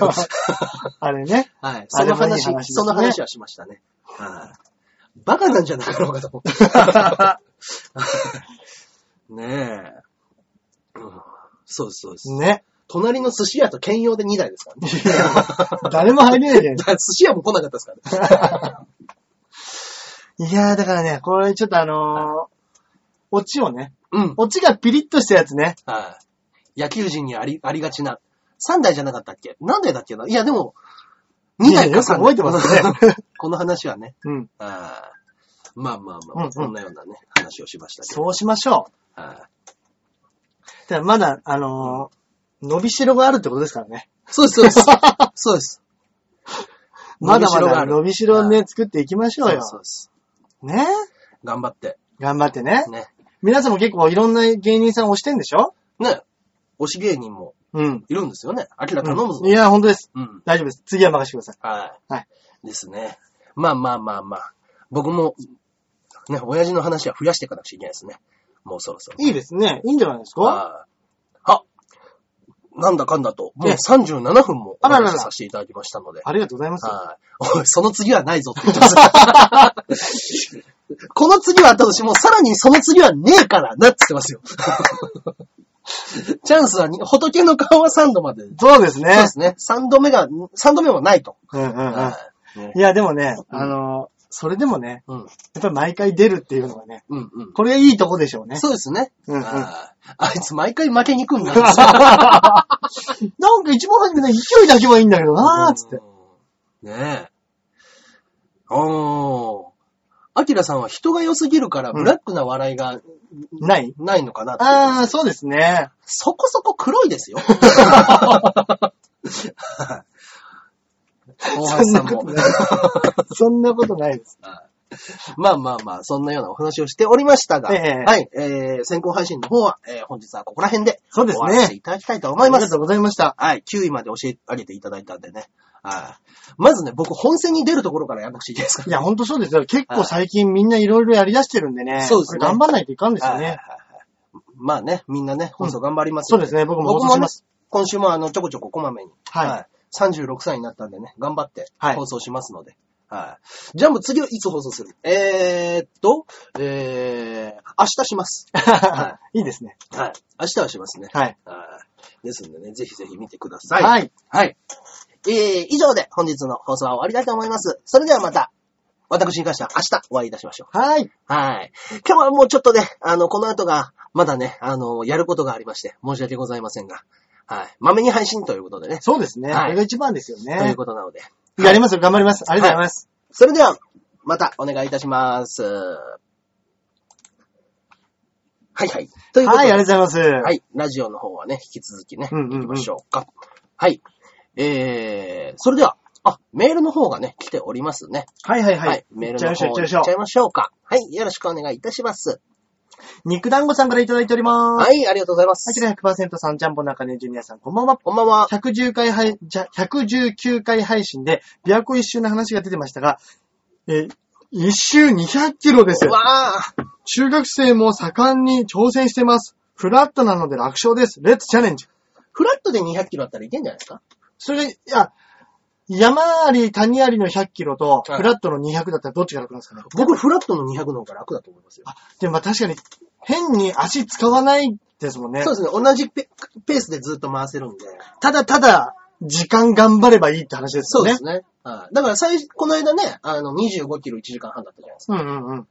Speaker 1: あれ
Speaker 2: [laughs]
Speaker 1: ね。
Speaker 2: はい。
Speaker 1: あ
Speaker 2: そ
Speaker 1: れ
Speaker 2: の
Speaker 1: もいい
Speaker 2: 話
Speaker 1: 話ですね
Speaker 2: その話はしましたね。はい。バカなんじゃなかろうかと思って。ねえ。うんそうです、そうです。
Speaker 1: ね。
Speaker 2: 隣の寿司屋と兼用で2台ですからね。
Speaker 1: 誰も入れないじゃないで
Speaker 2: [laughs] だから寿司屋も来なかったですからね。
Speaker 1: [laughs] すか。いやー、だからね、これちょっとあのー、オチをね。
Speaker 2: うん。
Speaker 1: オチがピリッとしたやつね。
Speaker 2: はい。野球人にあり、ありがちな。3台じゃなかったっけ何台だっけないや、でも、2台
Speaker 1: いや
Speaker 2: か
Speaker 1: よく覚
Speaker 2: 3台。
Speaker 1: えてますね。
Speaker 2: [laughs] この話はね。
Speaker 1: うん。
Speaker 2: あーまあまあまあ、
Speaker 1: うんうん
Speaker 2: そんなようなね、話をしましたけど。
Speaker 1: そうしましょ。
Speaker 2: はいう
Speaker 1: ただまだ、あのー、伸びしろがあるってことですからね。
Speaker 2: そうです、そう
Speaker 1: [laughs]
Speaker 2: です。そうです。
Speaker 1: まだま
Speaker 2: 伸びしろがあ
Speaker 1: だ
Speaker 2: る
Speaker 1: 伸びしろをね、作っていきましょうよ。
Speaker 2: そうです。
Speaker 1: ね
Speaker 2: 頑張って。
Speaker 1: 頑張ってね。
Speaker 2: ね。
Speaker 1: 皆さんも結構いろんな芸人さん推してんでしょ
Speaker 2: ね。推し芸人も
Speaker 1: うん。
Speaker 2: いるんですよね。アキラ頼むぞ
Speaker 1: い。や、本当です。
Speaker 2: うん。
Speaker 1: 大丈夫です。次は任せてください。
Speaker 2: はい。
Speaker 1: はい
Speaker 2: ですね。まあまあまあまあ。僕も、ね、親父の話は増やしていかなくちゃいけないですね。もうそろそろ。
Speaker 1: いいですね。いいんじゃないですか
Speaker 2: はいあ、なんだかんだと、もう
Speaker 1: ね
Speaker 2: 37分もお
Speaker 1: あららら
Speaker 2: 話しさせていただきましたので。
Speaker 1: ありがとうございます。
Speaker 2: はい。おい、その次はないぞって言ってます。この次はあったとしても、さらにその次はねえからなって言ってますよ。チャンスはに、仏の顔は3度まで。
Speaker 1: そうです
Speaker 2: そう
Speaker 1: ね
Speaker 2: で。すね。3度目が、3度目もないと。
Speaker 1: うんうんうん
Speaker 2: は。いね
Speaker 1: いや、でもね、あの、それでもね、
Speaker 2: うん。
Speaker 1: やっぱり毎回出るっていうのがね、
Speaker 2: うんうん。
Speaker 1: これがいいとこでしょうね。
Speaker 2: そうですね。
Speaker 1: うんうん
Speaker 2: あーあいつ毎回負けに行
Speaker 1: [laughs]
Speaker 2: くんだ。
Speaker 1: なんか一番初めの勢いだけはいいんだけどなーつって。
Speaker 2: うん。ねえ。おー。アキラさんは人が良すぎるから、
Speaker 1: うん
Speaker 2: ブラックな笑いが
Speaker 1: ない
Speaker 2: ないのかなっていう
Speaker 1: ああ、そうですね。
Speaker 2: そこそこ黒いで
Speaker 1: [laughs]
Speaker 2: すよ。大橋さん
Speaker 1: そ
Speaker 2: も
Speaker 1: んなこと。
Speaker 2: [laughs]
Speaker 1: ないそんなことないです。
Speaker 2: まあまあまあ、そんなようなお話をしておりましたが、
Speaker 1: ええ
Speaker 2: はい、えー、先行配信の方は、えー本日はここら辺で、
Speaker 1: そうですね
Speaker 2: 終わらせていただきたいと思いま
Speaker 1: あり
Speaker 2: す
Speaker 1: が。とうございました。
Speaker 2: はい、9位まで教え上げていただいたんでね。はい。まずね、僕本戦に出るところからやんなくちゃいけないですか
Speaker 1: いや、ほんとそうですよ。結構最近みんないろいろやり出してるんでね。
Speaker 2: そうですね
Speaker 1: これ頑張んないといかんです
Speaker 2: ら。
Speaker 1: よ
Speaker 2: はいはい
Speaker 1: ね。
Speaker 2: はいまあね、みんなね、放送頑張ります
Speaker 1: そ
Speaker 2: ん
Speaker 1: う
Speaker 2: で、
Speaker 1: ですね。僕も放
Speaker 2: 僕
Speaker 1: 送
Speaker 2: も
Speaker 1: し
Speaker 2: ね
Speaker 1: ます。、
Speaker 2: 今週もあの、ちょこちょここまめに。
Speaker 1: はい
Speaker 2: 36歳になったんでね、頑張って
Speaker 1: はい
Speaker 2: 放送しますので。はい。じゃあもう次はいつ放送するえーっと、えー、明日し
Speaker 1: [laughs]、
Speaker 2: ます。はい
Speaker 1: いですね。
Speaker 2: い。はい。明日はしますね。
Speaker 1: はい。
Speaker 2: はい。ですんでね、ぜひぜひ見てください。
Speaker 1: はい。
Speaker 2: はい。えー、以上で本日の放送は終わりたいと思います。それではまた、私に関しては明日お会いいたしましょ
Speaker 1: はい。
Speaker 2: う。はい。今日はもうちょっとね、あの、この後が、まだね、あの、やることがありまして、申し訳ございませんが、はい。まめに配信ということでね、
Speaker 1: そうですね。
Speaker 2: はい
Speaker 1: これが一番ですよ
Speaker 2: という
Speaker 1: ね。
Speaker 2: ことなので。
Speaker 1: やりますよ。頑張ります。ありがとうございます。
Speaker 2: それでは、またお願いいたします。はいはい。ということ
Speaker 1: はい、
Speaker 2: で、
Speaker 1: ありがとう
Speaker 2: は
Speaker 1: ございます。
Speaker 2: い、ラジオの方はね、引き続きね、
Speaker 1: うんうんうん
Speaker 2: 行きましょうか。はい。えー、それでは、あ、メールの方がね、来ておりますね。
Speaker 1: はいはい
Speaker 2: は
Speaker 1: はい
Speaker 2: い。。メ
Speaker 1: 行
Speaker 2: ー
Speaker 1: っ
Speaker 2: ル
Speaker 1: ちゃい
Speaker 2: の
Speaker 1: ましょう、行
Speaker 2: 方
Speaker 1: っちゃいまし
Speaker 2: 行
Speaker 1: ょ。
Speaker 2: っちゃいうましょうか。はい。よろしくお願いいたします。
Speaker 1: 肉団子さんからいただいております。はい。
Speaker 2: はい、ありがとうございます。
Speaker 1: あちら100%さん、ジャンボ中根ジュニアさん、こんばんは。
Speaker 2: こんばんは。
Speaker 1: 110回配、じゃ、119回配信で、琵琶湖一周の話が出てましたが、え、一周200キロです
Speaker 2: う
Speaker 1: よ。
Speaker 2: わー
Speaker 1: 中学生も盛んに挑戦してます。フラットなので楽勝です。レッツチャレンジ。
Speaker 2: フラットで200キロあったらいけんじゃないですか
Speaker 1: それ、いや、山あり谷ありの100キロと、
Speaker 2: はい
Speaker 1: フラットの200だったらどっちが楽なんですかね。
Speaker 2: 僕、フラットの200の方が楽だと思いますよ。
Speaker 1: でもまあ確かに、変に足使わないですもんね。
Speaker 2: そうですね。同じペペースでずっと回せるんで。
Speaker 1: ただただ、時間頑張ればいいって話です
Speaker 2: そ
Speaker 1: よ
Speaker 2: う
Speaker 1: ね。
Speaker 2: ですね。はいだから最初、この間ね、あの、25キロ1時間半だったじゃないですか。
Speaker 1: うんうんうん。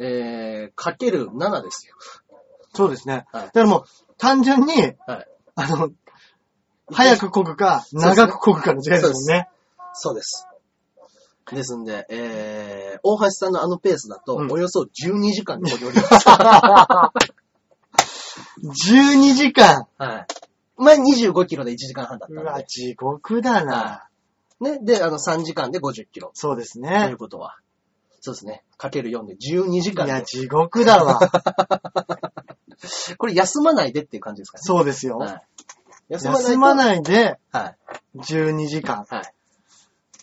Speaker 2: えー、かける7ですよ。
Speaker 1: そうですね。
Speaker 2: はい
Speaker 1: だからもう、単純に、
Speaker 2: はい。
Speaker 1: あの、早く漕ぐか、
Speaker 2: うですね
Speaker 1: 長く漕ぐかの違いですもんね。
Speaker 2: そうです。ですんで、えー、大橋さんのあのペースだと、
Speaker 1: うん
Speaker 2: およそ12時間でこり
Speaker 1: [laughs]
Speaker 2: ます。
Speaker 1: 12時間。
Speaker 2: はい。前25キロで1時間半だった
Speaker 1: うんわ、
Speaker 2: で。
Speaker 1: 地獄だな。
Speaker 2: ね。で、あの、3時間で50キロ。
Speaker 1: そうです
Speaker 2: とい
Speaker 1: ね
Speaker 2: う。ことは。そうですね。かける4で12時
Speaker 1: い
Speaker 2: 間
Speaker 1: や、
Speaker 2: で。
Speaker 1: 地獄だ
Speaker 2: [laughs]
Speaker 1: わ。
Speaker 2: これ休まないでっていう感じですかね。
Speaker 1: そうですよ。
Speaker 2: はい。休まないと。
Speaker 1: 休ま
Speaker 2: い。
Speaker 1: ないで、
Speaker 2: はい。
Speaker 1: 12時間。
Speaker 2: はい。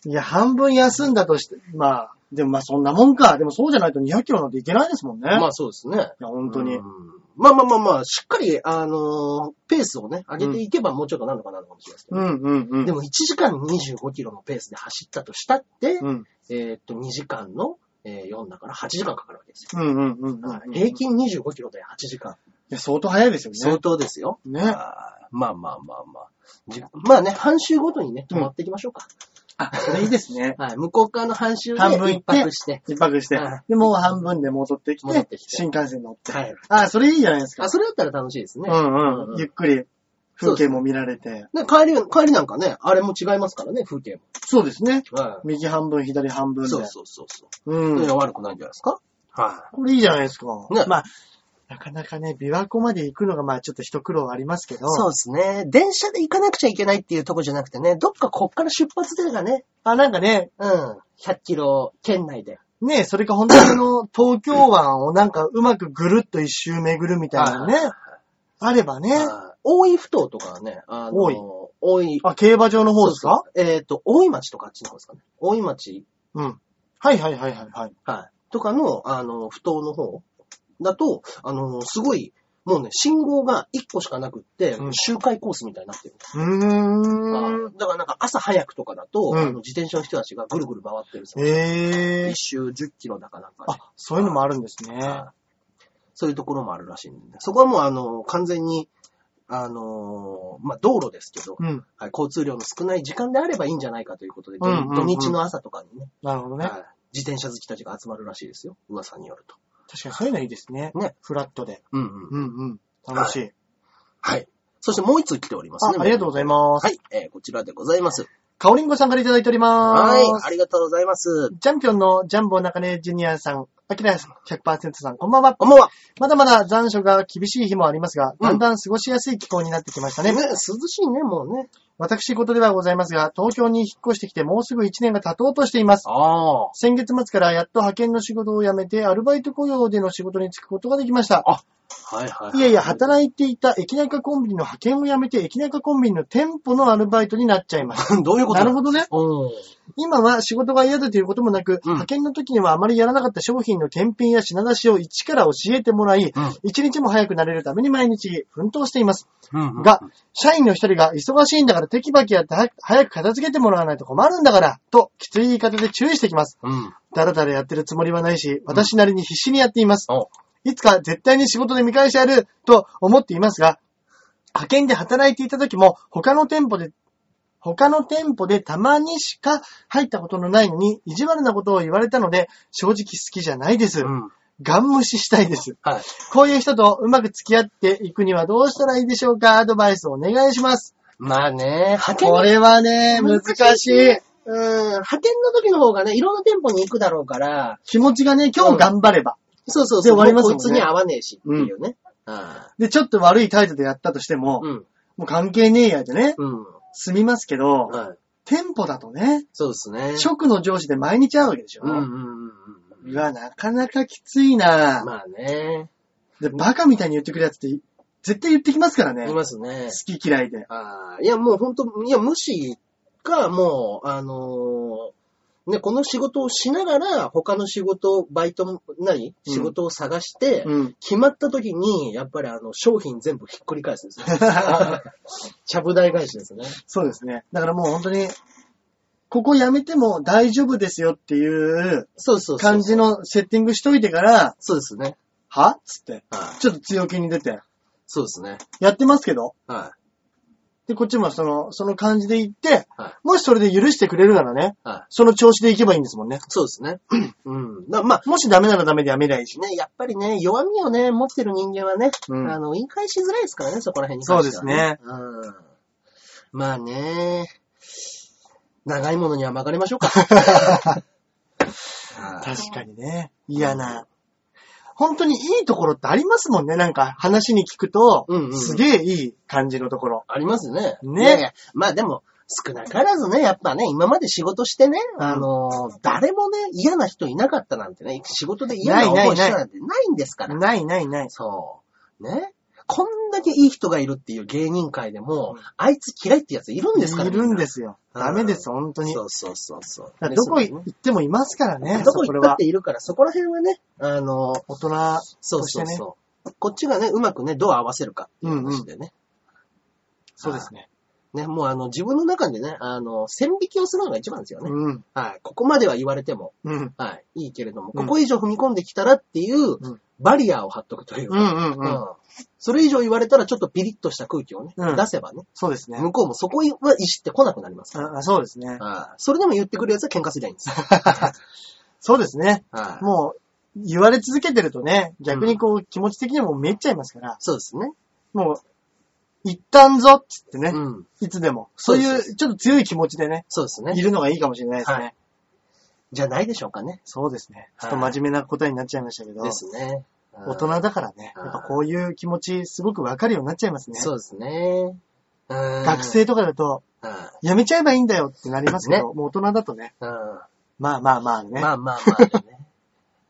Speaker 1: いや、半分休んだとして、まあ、でもまあそんなもんか。でもそうじゃないと200キロなんていけないですもんね。
Speaker 2: ま
Speaker 1: い
Speaker 2: あそうですね。
Speaker 1: や、本当に。
Speaker 2: うん。まあまあまあまあ、しっかり、あのーペースをね、上げていけばもうちょっとなのかなのかもしれないですけど。
Speaker 1: うんうんうん。
Speaker 2: でも1時間25キロのペースで走ったとしたって、
Speaker 1: うん。
Speaker 2: えーっと、2時間の、えー4だから8時間かかるわけですよ。
Speaker 1: うんうんうんうんうん。
Speaker 2: 平均25キロで8時間。
Speaker 1: いや相当早いですよ
Speaker 2: 相
Speaker 1: ね。
Speaker 2: 当ですよ。
Speaker 1: ね。
Speaker 2: あーまあまあまあまあ。じまあね、半周ごとにね、止まっていきましょうか。
Speaker 1: あ、それいいですね。
Speaker 2: はい、向こう側の半周で
Speaker 1: 半分行
Speaker 2: 一
Speaker 1: って
Speaker 2: 泊して。
Speaker 1: 一泊して
Speaker 2: はい。
Speaker 1: で、もう半分で戻ってき
Speaker 2: 戻っててき、て
Speaker 1: 新幹線乗って。
Speaker 2: はい。
Speaker 1: あ、それいいじゃないですか。
Speaker 2: あ、それだったら楽しいですね。
Speaker 1: うん
Speaker 2: うんう
Speaker 1: うんん。ゆっくり、風景も見られて。
Speaker 2: ね帰り、帰りなんかね、あれも違いますからね、風景も。
Speaker 1: そうですね。
Speaker 2: は
Speaker 1: 右半分、左半分
Speaker 2: い。
Speaker 1: で。
Speaker 2: そうそうそうそう。
Speaker 1: うん。
Speaker 2: 悪くないんじゃないですかは
Speaker 1: これいいじゃないですか。
Speaker 2: ね
Speaker 1: まあ、なかなかね、琵琶湖まで行くのが、まあ、ちょっと一苦労ありますけど。
Speaker 2: そうですね。電車で行かなくちゃいけないっていうとこじゃなくてね、どっかこっから出発というかね、
Speaker 1: あ、なんかね、
Speaker 2: うん、100キロ圏内で。
Speaker 1: ね、それか本当にあ
Speaker 2: [coughs]
Speaker 1: の、東京湾をなんかうまくぐるっと一周巡るみたいなね、あればね。
Speaker 2: あー大井ふ頭とかはね、あ
Speaker 1: 大井
Speaker 2: の、大井。
Speaker 1: あ、競馬場の方ですか
Speaker 2: そうそうえっ、と、大井町とかあっちの方ですかね。大井町、
Speaker 1: うん。はいはいはいはいはい。
Speaker 2: はい。とかの、あの、ふ頭の方だと、あの、すごい、もうね、信号が1個しかなくって、
Speaker 1: うん
Speaker 2: 周回コースみたいになってる。
Speaker 1: うーん。
Speaker 2: だからなんか朝早くとかだと、
Speaker 1: うん
Speaker 2: あの自転車の人たちがぐるぐる回ってるんですよ。
Speaker 1: ええ
Speaker 2: 一周10キロだかなんかね、
Speaker 1: あ、そういうのもあるんですね。
Speaker 2: そういうところもあるらしいんで、ね、そこはもうあの、完全に、あのーまあ、道路ですけど、
Speaker 1: うん。
Speaker 2: はい、交通量の少ない時間であればいいんじゃないかということで、
Speaker 1: うんうんうん
Speaker 2: 土日の朝とかにね
Speaker 1: なるほどね。
Speaker 2: はい自転車好きたちが集まるらしいですよ。噂によると。
Speaker 1: 確かにそういうのいいですね。
Speaker 2: ね
Speaker 1: フラットで。
Speaker 2: うんうん。
Speaker 1: うんうん。楽しい。
Speaker 2: はい。そしてもう一通来ておりますね。
Speaker 1: あありがとうございます。
Speaker 2: はい、えーこちらでございます。
Speaker 1: かおりんごさんからいただいております。
Speaker 2: はい、ありがとうございます。
Speaker 1: チャンピオンのジャンボ中根ジュニアさん、アキラ100%さん、こんばんは。
Speaker 2: こんばんは。
Speaker 1: まだまだ残暑が厳しい日もありますが、
Speaker 2: うん
Speaker 1: だんだん過ごしやすい気候になってきましたね。
Speaker 2: ね、涼しいね、もうね。
Speaker 1: 私事ではございますが、東京に引っ越してきてもうすぐ1年が経とうとしています。
Speaker 2: ああ。
Speaker 1: 先月末からやっと派遣の仕事を辞めて、アルバイト雇用での仕事に就くことができました。
Speaker 2: はいはい。
Speaker 1: いやいや、働いていた駅中コンビニの派遣を辞めて、駅中コンビニの店舗のアルバイトになっちゃいました。
Speaker 2: [laughs] どういう [laughs] こと
Speaker 1: なるほどね。
Speaker 2: ど。
Speaker 1: 今は仕事が嫌だということもなく、派遣の時にはあまりやらなかった商品の検品や品出しを一から教えてもらい、
Speaker 2: うん
Speaker 1: 一日も早くなれるために毎日奮闘しています。
Speaker 2: うん。
Speaker 1: が、社員の一人が忙しいんだからテキパキやって早く早く片付けてもらわないと困るんだから、ときつい言い方で注意してきます。
Speaker 2: うん。
Speaker 1: だらだらやってるつもりはないし、私なりに必死にやっています。
Speaker 2: お
Speaker 1: いつか絶対に仕事で見返してやると思っていますが、派遣で働いていた時も他の店舗で、他の店舗でたまにしか入ったことのないのに意地悪なことを言われたので正直好きじゃないです。
Speaker 2: うん。
Speaker 1: ガン無視したいです。
Speaker 2: はい。
Speaker 1: こういう人とうまく付き合っていくにはどうしたらいいでしょうかアドバイスお願いします。
Speaker 2: まあね、派遣、
Speaker 1: これはね、難しい。
Speaker 2: うん、派遣の時の方がね、いろんな店舗に行くだろうから、
Speaker 1: 気持ちがね、今日頑張れば。
Speaker 2: そうそう
Speaker 1: で
Speaker 2: そ
Speaker 1: 終
Speaker 2: う、
Speaker 1: わりますもん
Speaker 2: こ
Speaker 1: ね
Speaker 2: いつに合わねえしっていうね。あ
Speaker 1: で、ちょっと悪い態度でやったとして
Speaker 2: あ
Speaker 1: も、
Speaker 2: うん。
Speaker 1: もう関係ねえやでね、
Speaker 2: うん。
Speaker 1: 済みますけど、
Speaker 2: はい。
Speaker 1: 店舗だとね、
Speaker 2: そうですね。
Speaker 1: 職の上司で毎日会うわけでしょ。
Speaker 2: うんうんうんうん。
Speaker 1: うわ、なかなかきついな、
Speaker 2: まあね。
Speaker 1: で、バカみたいに言ってくるやつって、絶対言ってきますからね。
Speaker 2: い
Speaker 1: 好
Speaker 2: ますね。
Speaker 1: き嫌いで。
Speaker 2: あーいや、もう本当いや、無視か、もう、あのーね、この仕事をしながら、他の仕事、バイトも、何
Speaker 1: うん
Speaker 2: 仕事を探して、
Speaker 1: うん。
Speaker 2: 決まった時に、やっぱりあの、商品全部ひっくり返すんですよ。 [laughs] ちゃぶ台返しですね。
Speaker 1: そうですね。だからもう本当に、ここやめても大丈夫ですよっていう
Speaker 2: そうそうそう。
Speaker 1: 感じのセッティングしといてから、
Speaker 2: そうですね。
Speaker 1: はっつって、
Speaker 2: はい。
Speaker 1: ちょっと強気に出て、
Speaker 2: そうですね。
Speaker 1: やってますけど、
Speaker 2: は
Speaker 1: で、こっちもその、その感じで行って、
Speaker 2: はい
Speaker 1: もしそれで許してくれるならね、
Speaker 2: い。はい。
Speaker 1: その調子で行けばいいんですもんね。
Speaker 2: そうですね。うん。なまあ、
Speaker 1: もしダメならダメでやめりゃいいし。
Speaker 2: ね、やっぱりね、弱みをね、持ってる人間はね、
Speaker 1: うん
Speaker 2: あの、言い返しづらいですからね、そこら辺に関しては、そうですね。うん。まあね、長いものには巻かれましょう [laughs] か。はい
Speaker 1: 確かにね。嫌な。本当にいいところってありますもんね。なんか話に聞くと、
Speaker 2: うんうん
Speaker 1: すげえいい感じのところ。
Speaker 2: ありますね。
Speaker 1: ね
Speaker 2: いやいやまあでも、少なからずね、やっぱね、今まで仕事してね、あのー誰もね、嫌な人いなかったなんてね、仕事で嫌な思いしたなんてないんですから。
Speaker 1: ないないない。
Speaker 2: そう。ね。こんだけいい人がいるっていう芸人界でも、
Speaker 1: うん
Speaker 2: あいつ嫌いってやついるんですから。
Speaker 1: いるんですすよ。
Speaker 2: うん
Speaker 1: ダメです、本当に。
Speaker 2: そうそうそうそう。
Speaker 1: だからどこ
Speaker 2: ね
Speaker 1: 行ってもいますからね。
Speaker 2: どこ行ったっ
Speaker 1: そこ
Speaker 2: ているから、そこら辺はね、あの、
Speaker 1: は大人。
Speaker 2: そうそうそう。こっちがね、うまくね、どう合わせるかっていう話でね。
Speaker 1: そうですね。
Speaker 2: ね、もうあの、自分の中でね、あの、線引きをするのが一番ですよね。
Speaker 1: うん。
Speaker 2: はい。ここまでは言われても、
Speaker 1: うん。
Speaker 2: はい。いいけれども、
Speaker 1: うん
Speaker 2: ここ以上踏み込んできたらっていう
Speaker 1: うん、
Speaker 2: バリアを張っとくという
Speaker 1: う
Speaker 2: か、
Speaker 1: んうんうん。
Speaker 2: それ以上言われたら、ちょっとピリッとした空気をね、
Speaker 1: うん
Speaker 2: 出せばね、
Speaker 1: そうですね。
Speaker 2: 向こうもそこはいじってこなくなります。
Speaker 1: ああそうですね。
Speaker 2: はいそれでも言ってくるやつは喧嘩すりゃいいん
Speaker 1: [laughs]
Speaker 2: です。
Speaker 1: そうですね。
Speaker 2: はい
Speaker 1: もう、言われ続けてるとね、逆にこう、気持ち的にもめっちゃいますから、
Speaker 2: そうですね。
Speaker 1: もう、一旦ぞっつってね、
Speaker 2: うん。
Speaker 1: いつでも。
Speaker 2: そ
Speaker 1: そうう
Speaker 2: です
Speaker 1: いう、ちょっと強い気持ちでね、
Speaker 2: そうです
Speaker 1: い
Speaker 2: ね。
Speaker 1: るのがいいかもしれないですね。
Speaker 2: はいじゃないでしょうかね。
Speaker 1: そうですね。ち
Speaker 2: は
Speaker 1: ょ
Speaker 2: い
Speaker 1: っと真面目な答えになっちゃいましたけど、
Speaker 2: ですね。
Speaker 1: 大人だからね、
Speaker 2: うん
Speaker 1: やっぱこういう気持ちすごくわかるようになっちゃいますね。
Speaker 2: そうですね。うん
Speaker 1: 学生とかだと、
Speaker 2: うん
Speaker 1: やめちゃえばいいんだよってなりますけど、
Speaker 2: ね
Speaker 1: もう大人だとね、
Speaker 2: うん
Speaker 1: まあまあまあね。
Speaker 2: まあまあまあね。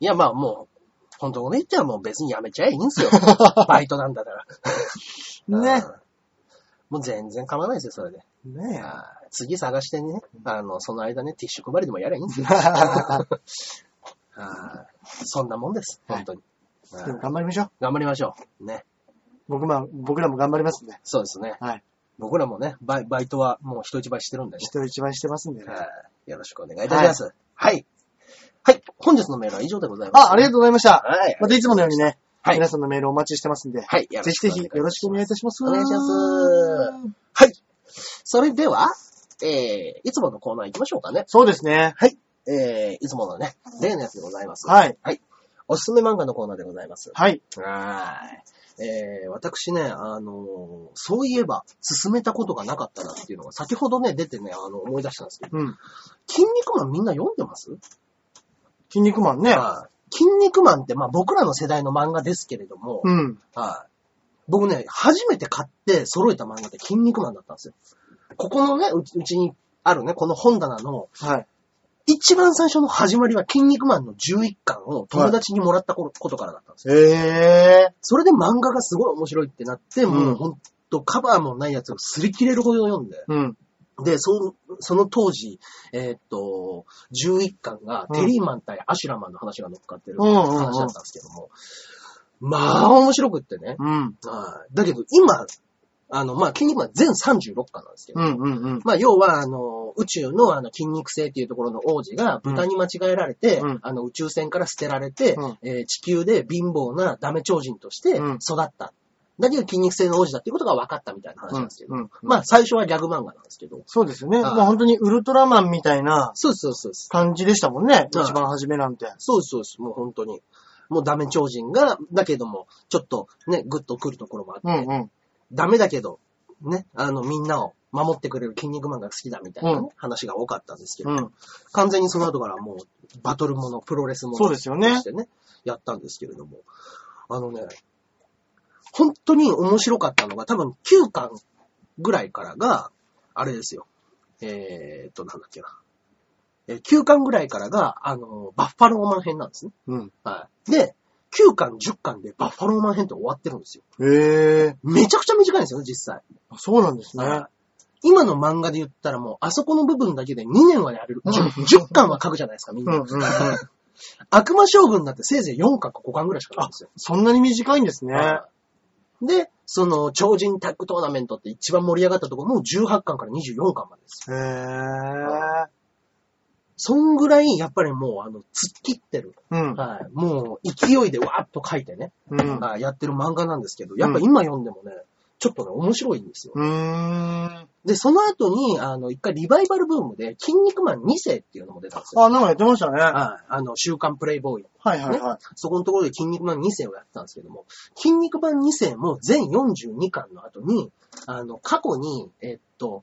Speaker 2: いやまあもう、本当のこと言ったらもう別にやめちゃえばいいん
Speaker 1: [laughs]
Speaker 2: ですよ。バイトなんだから。
Speaker 1: ね
Speaker 2: うん。もう全然構わないですよ、それで。
Speaker 1: ね
Speaker 2: あー次探してね、あの、その間ね、ティッシュ配りでもやればいい
Speaker 1: [laughs]
Speaker 2: んですよ。あーそんなもんです、
Speaker 1: はい
Speaker 2: 本当に。
Speaker 1: え。でも
Speaker 2: あー
Speaker 1: 頑張りましょう。
Speaker 2: 頑張りましょう。ね。
Speaker 1: 僕まあ、僕らも頑張りますんで。
Speaker 2: そうですね。
Speaker 1: はい。
Speaker 2: 僕らもね、バイバイトはもう人一倍してるんでね。
Speaker 1: 人一番してますんでね。
Speaker 2: はいよろしくお願いいたします。はい。はい。本日のメールは以上でございます。
Speaker 1: あ、ありが
Speaker 2: と
Speaker 1: とうございました。
Speaker 2: はい
Speaker 1: またいつものようにね、
Speaker 2: はい
Speaker 1: 皆さんのメールお待ちしてますんで、
Speaker 2: はい。
Speaker 1: ぜひぜひよろしくお願いいたします。
Speaker 2: お願いします。はい。それでは、えー、いつものコーナー行きましょうかね。
Speaker 1: そうですね。
Speaker 2: えー、いつものね、例のやつでございます。
Speaker 1: はい。
Speaker 2: おすすめ漫画のコーナーでございます。
Speaker 1: はい。
Speaker 2: はーい。えー、私ね、あのーそういえば、進めたことがなかったなっていうのが、先ほどね、出てね、あの、思い出したんですけど、
Speaker 1: うん。
Speaker 2: 筋肉マンみんな読んでます
Speaker 1: 筋肉マンね。
Speaker 2: はい。筋肉マンって、まあ僕らの世代の漫画ですけれども、
Speaker 1: うん。
Speaker 2: はい。僕ね、初めて買って揃えた漫画って筋肉マンだったんですよ。ここのね、うちうちにあるね、この本棚の、
Speaker 1: はい。
Speaker 2: 一番最初の始まりは筋肉マンの11巻を友達にもらった頃ことからだったんですよ。
Speaker 1: ええ
Speaker 2: それで漫画がすごい面白いってなって、も
Speaker 1: う
Speaker 2: うんほんとカバーもないやつを擦り切れるほど読んで、
Speaker 1: うん。
Speaker 2: で、そのその当時、えーっと、11巻がテリーマン対アシュラマンの話が乗っかってる
Speaker 1: うんうんうん
Speaker 2: 話だったんですけども、まあ面白くってね、
Speaker 1: うん。
Speaker 2: はい。だけど今、あの、まあ、筋肉マン全36巻なんですけど、
Speaker 1: うん。うん。うん。
Speaker 2: まあ、要は、あの、宇宙のあの筋肉性っていうところの王子が豚に間違えられて、
Speaker 1: うん
Speaker 2: あの、宇宙船から捨てられて、
Speaker 1: うん
Speaker 2: えー地球で貧乏なダメ超人として
Speaker 1: うん
Speaker 2: 育った。だけど筋肉性の王子だっていうことが分かったみたいな話なんですけど、
Speaker 1: うんうん
Speaker 2: まあ、最初はギャグ漫画なんですけど、
Speaker 1: そうですよね。
Speaker 2: はい
Speaker 1: もう本当にウルトラマンみたいな
Speaker 2: そうそうそうです。
Speaker 1: 感じでしたもんね。
Speaker 2: はい
Speaker 1: 一番初めなんて。
Speaker 2: そうそうです。もう本当に。もうダメ超人が、だけども、ちょっとね、グッと来るところもあって、
Speaker 1: うんうん。
Speaker 2: ダメだけど、ね、あの、みんなを守ってくれる筋肉マンが好きだみたいなね、
Speaker 1: うん
Speaker 2: 話が多かったんですけど、
Speaker 1: うん。
Speaker 2: 完全にその後からもう、バトルもの、プロレスもの
Speaker 1: そうですよね
Speaker 2: としてね、やったんですけれども、あのね、本当に面白かったのが、多分9巻ぐらいからが、あれですよ。えーっと、なんだっけな。えー9巻ぐらいからが、あの、バッファローマン編なんですね。
Speaker 1: うん。
Speaker 2: はい。で、 9巻、10巻でバッファローマン編って終わってるんですよ。
Speaker 1: ええ
Speaker 2: めちゃくちゃ短いんですよね、実際。
Speaker 1: そうなんですね。
Speaker 2: 今の漫画で言ったらもう、あそこの部分だけで2年はやれる。10, 10巻は書くじゃないですか、みん
Speaker 1: うん
Speaker 2: な。
Speaker 1: うんうん。
Speaker 2: 悪魔将軍なんてせいぜい4巻か5巻ぐらいしかないんですよ。
Speaker 1: そんなに短いんですね。
Speaker 2: で、その、超人タッグトーナメントって一番盛り上がったところも18巻から24巻までですよ。
Speaker 1: へえ。
Speaker 2: そんぐらい、やっぱりもう、あの、突っ切ってる。
Speaker 1: うん。
Speaker 2: はい。もう、勢いでわーっと書いてね、
Speaker 1: うん。う
Speaker 2: はいやってる漫画なんですけど、やっぱ今読んでもね、ちょっとね、面白いんですよ。
Speaker 1: ーん。
Speaker 2: で、その後に、あの、一回リバイバルブームで、筋肉マン2世っていうのも出たんですよ。
Speaker 1: あ、なんかやってましたね。は
Speaker 2: はい。あの、週刊プレイボーイ。
Speaker 1: いはいは
Speaker 2: そこのところで筋肉マン2世をやってたんですけども、筋肉マン2世も全42巻の後に、あの、過去に、えっと、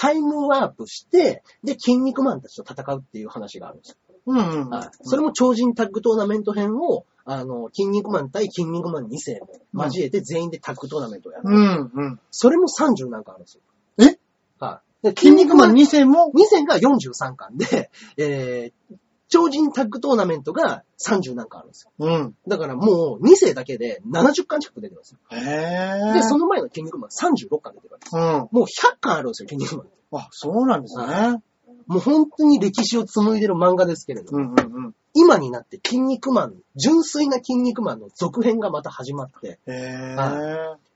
Speaker 2: タイムワープして、で、筋肉マンたちと戦うっていう話があるんですよ。
Speaker 1: い。うんうん。
Speaker 2: はい。それも超人タッグトーナメント編を、あの、筋肉マン対筋肉マン2世も交えて全員でタッグトーナメントをやる。
Speaker 1: うんうん。
Speaker 2: それも30なんかあるんですよ。
Speaker 1: え
Speaker 2: はい。で
Speaker 1: 筋肉マン2世も、
Speaker 2: 2戦が43巻で、えー、超人タッグトーナメントが30なんかあるんですよ。
Speaker 1: うん。
Speaker 2: だからもう2世だけで70巻近く出てるんですよ。
Speaker 1: へえ。
Speaker 2: で、その前の筋肉マン36巻出てるわけです。
Speaker 1: うん。
Speaker 2: もう100巻あるんですよ、筋肉マン。
Speaker 1: あ、そうなんですね。
Speaker 2: もう本当に歴史を紡いでる漫画ですけれども、
Speaker 1: うんうんうん。
Speaker 2: 今になって筋肉マン、純粋な筋肉マンの続編がまた始まって、
Speaker 1: へえ。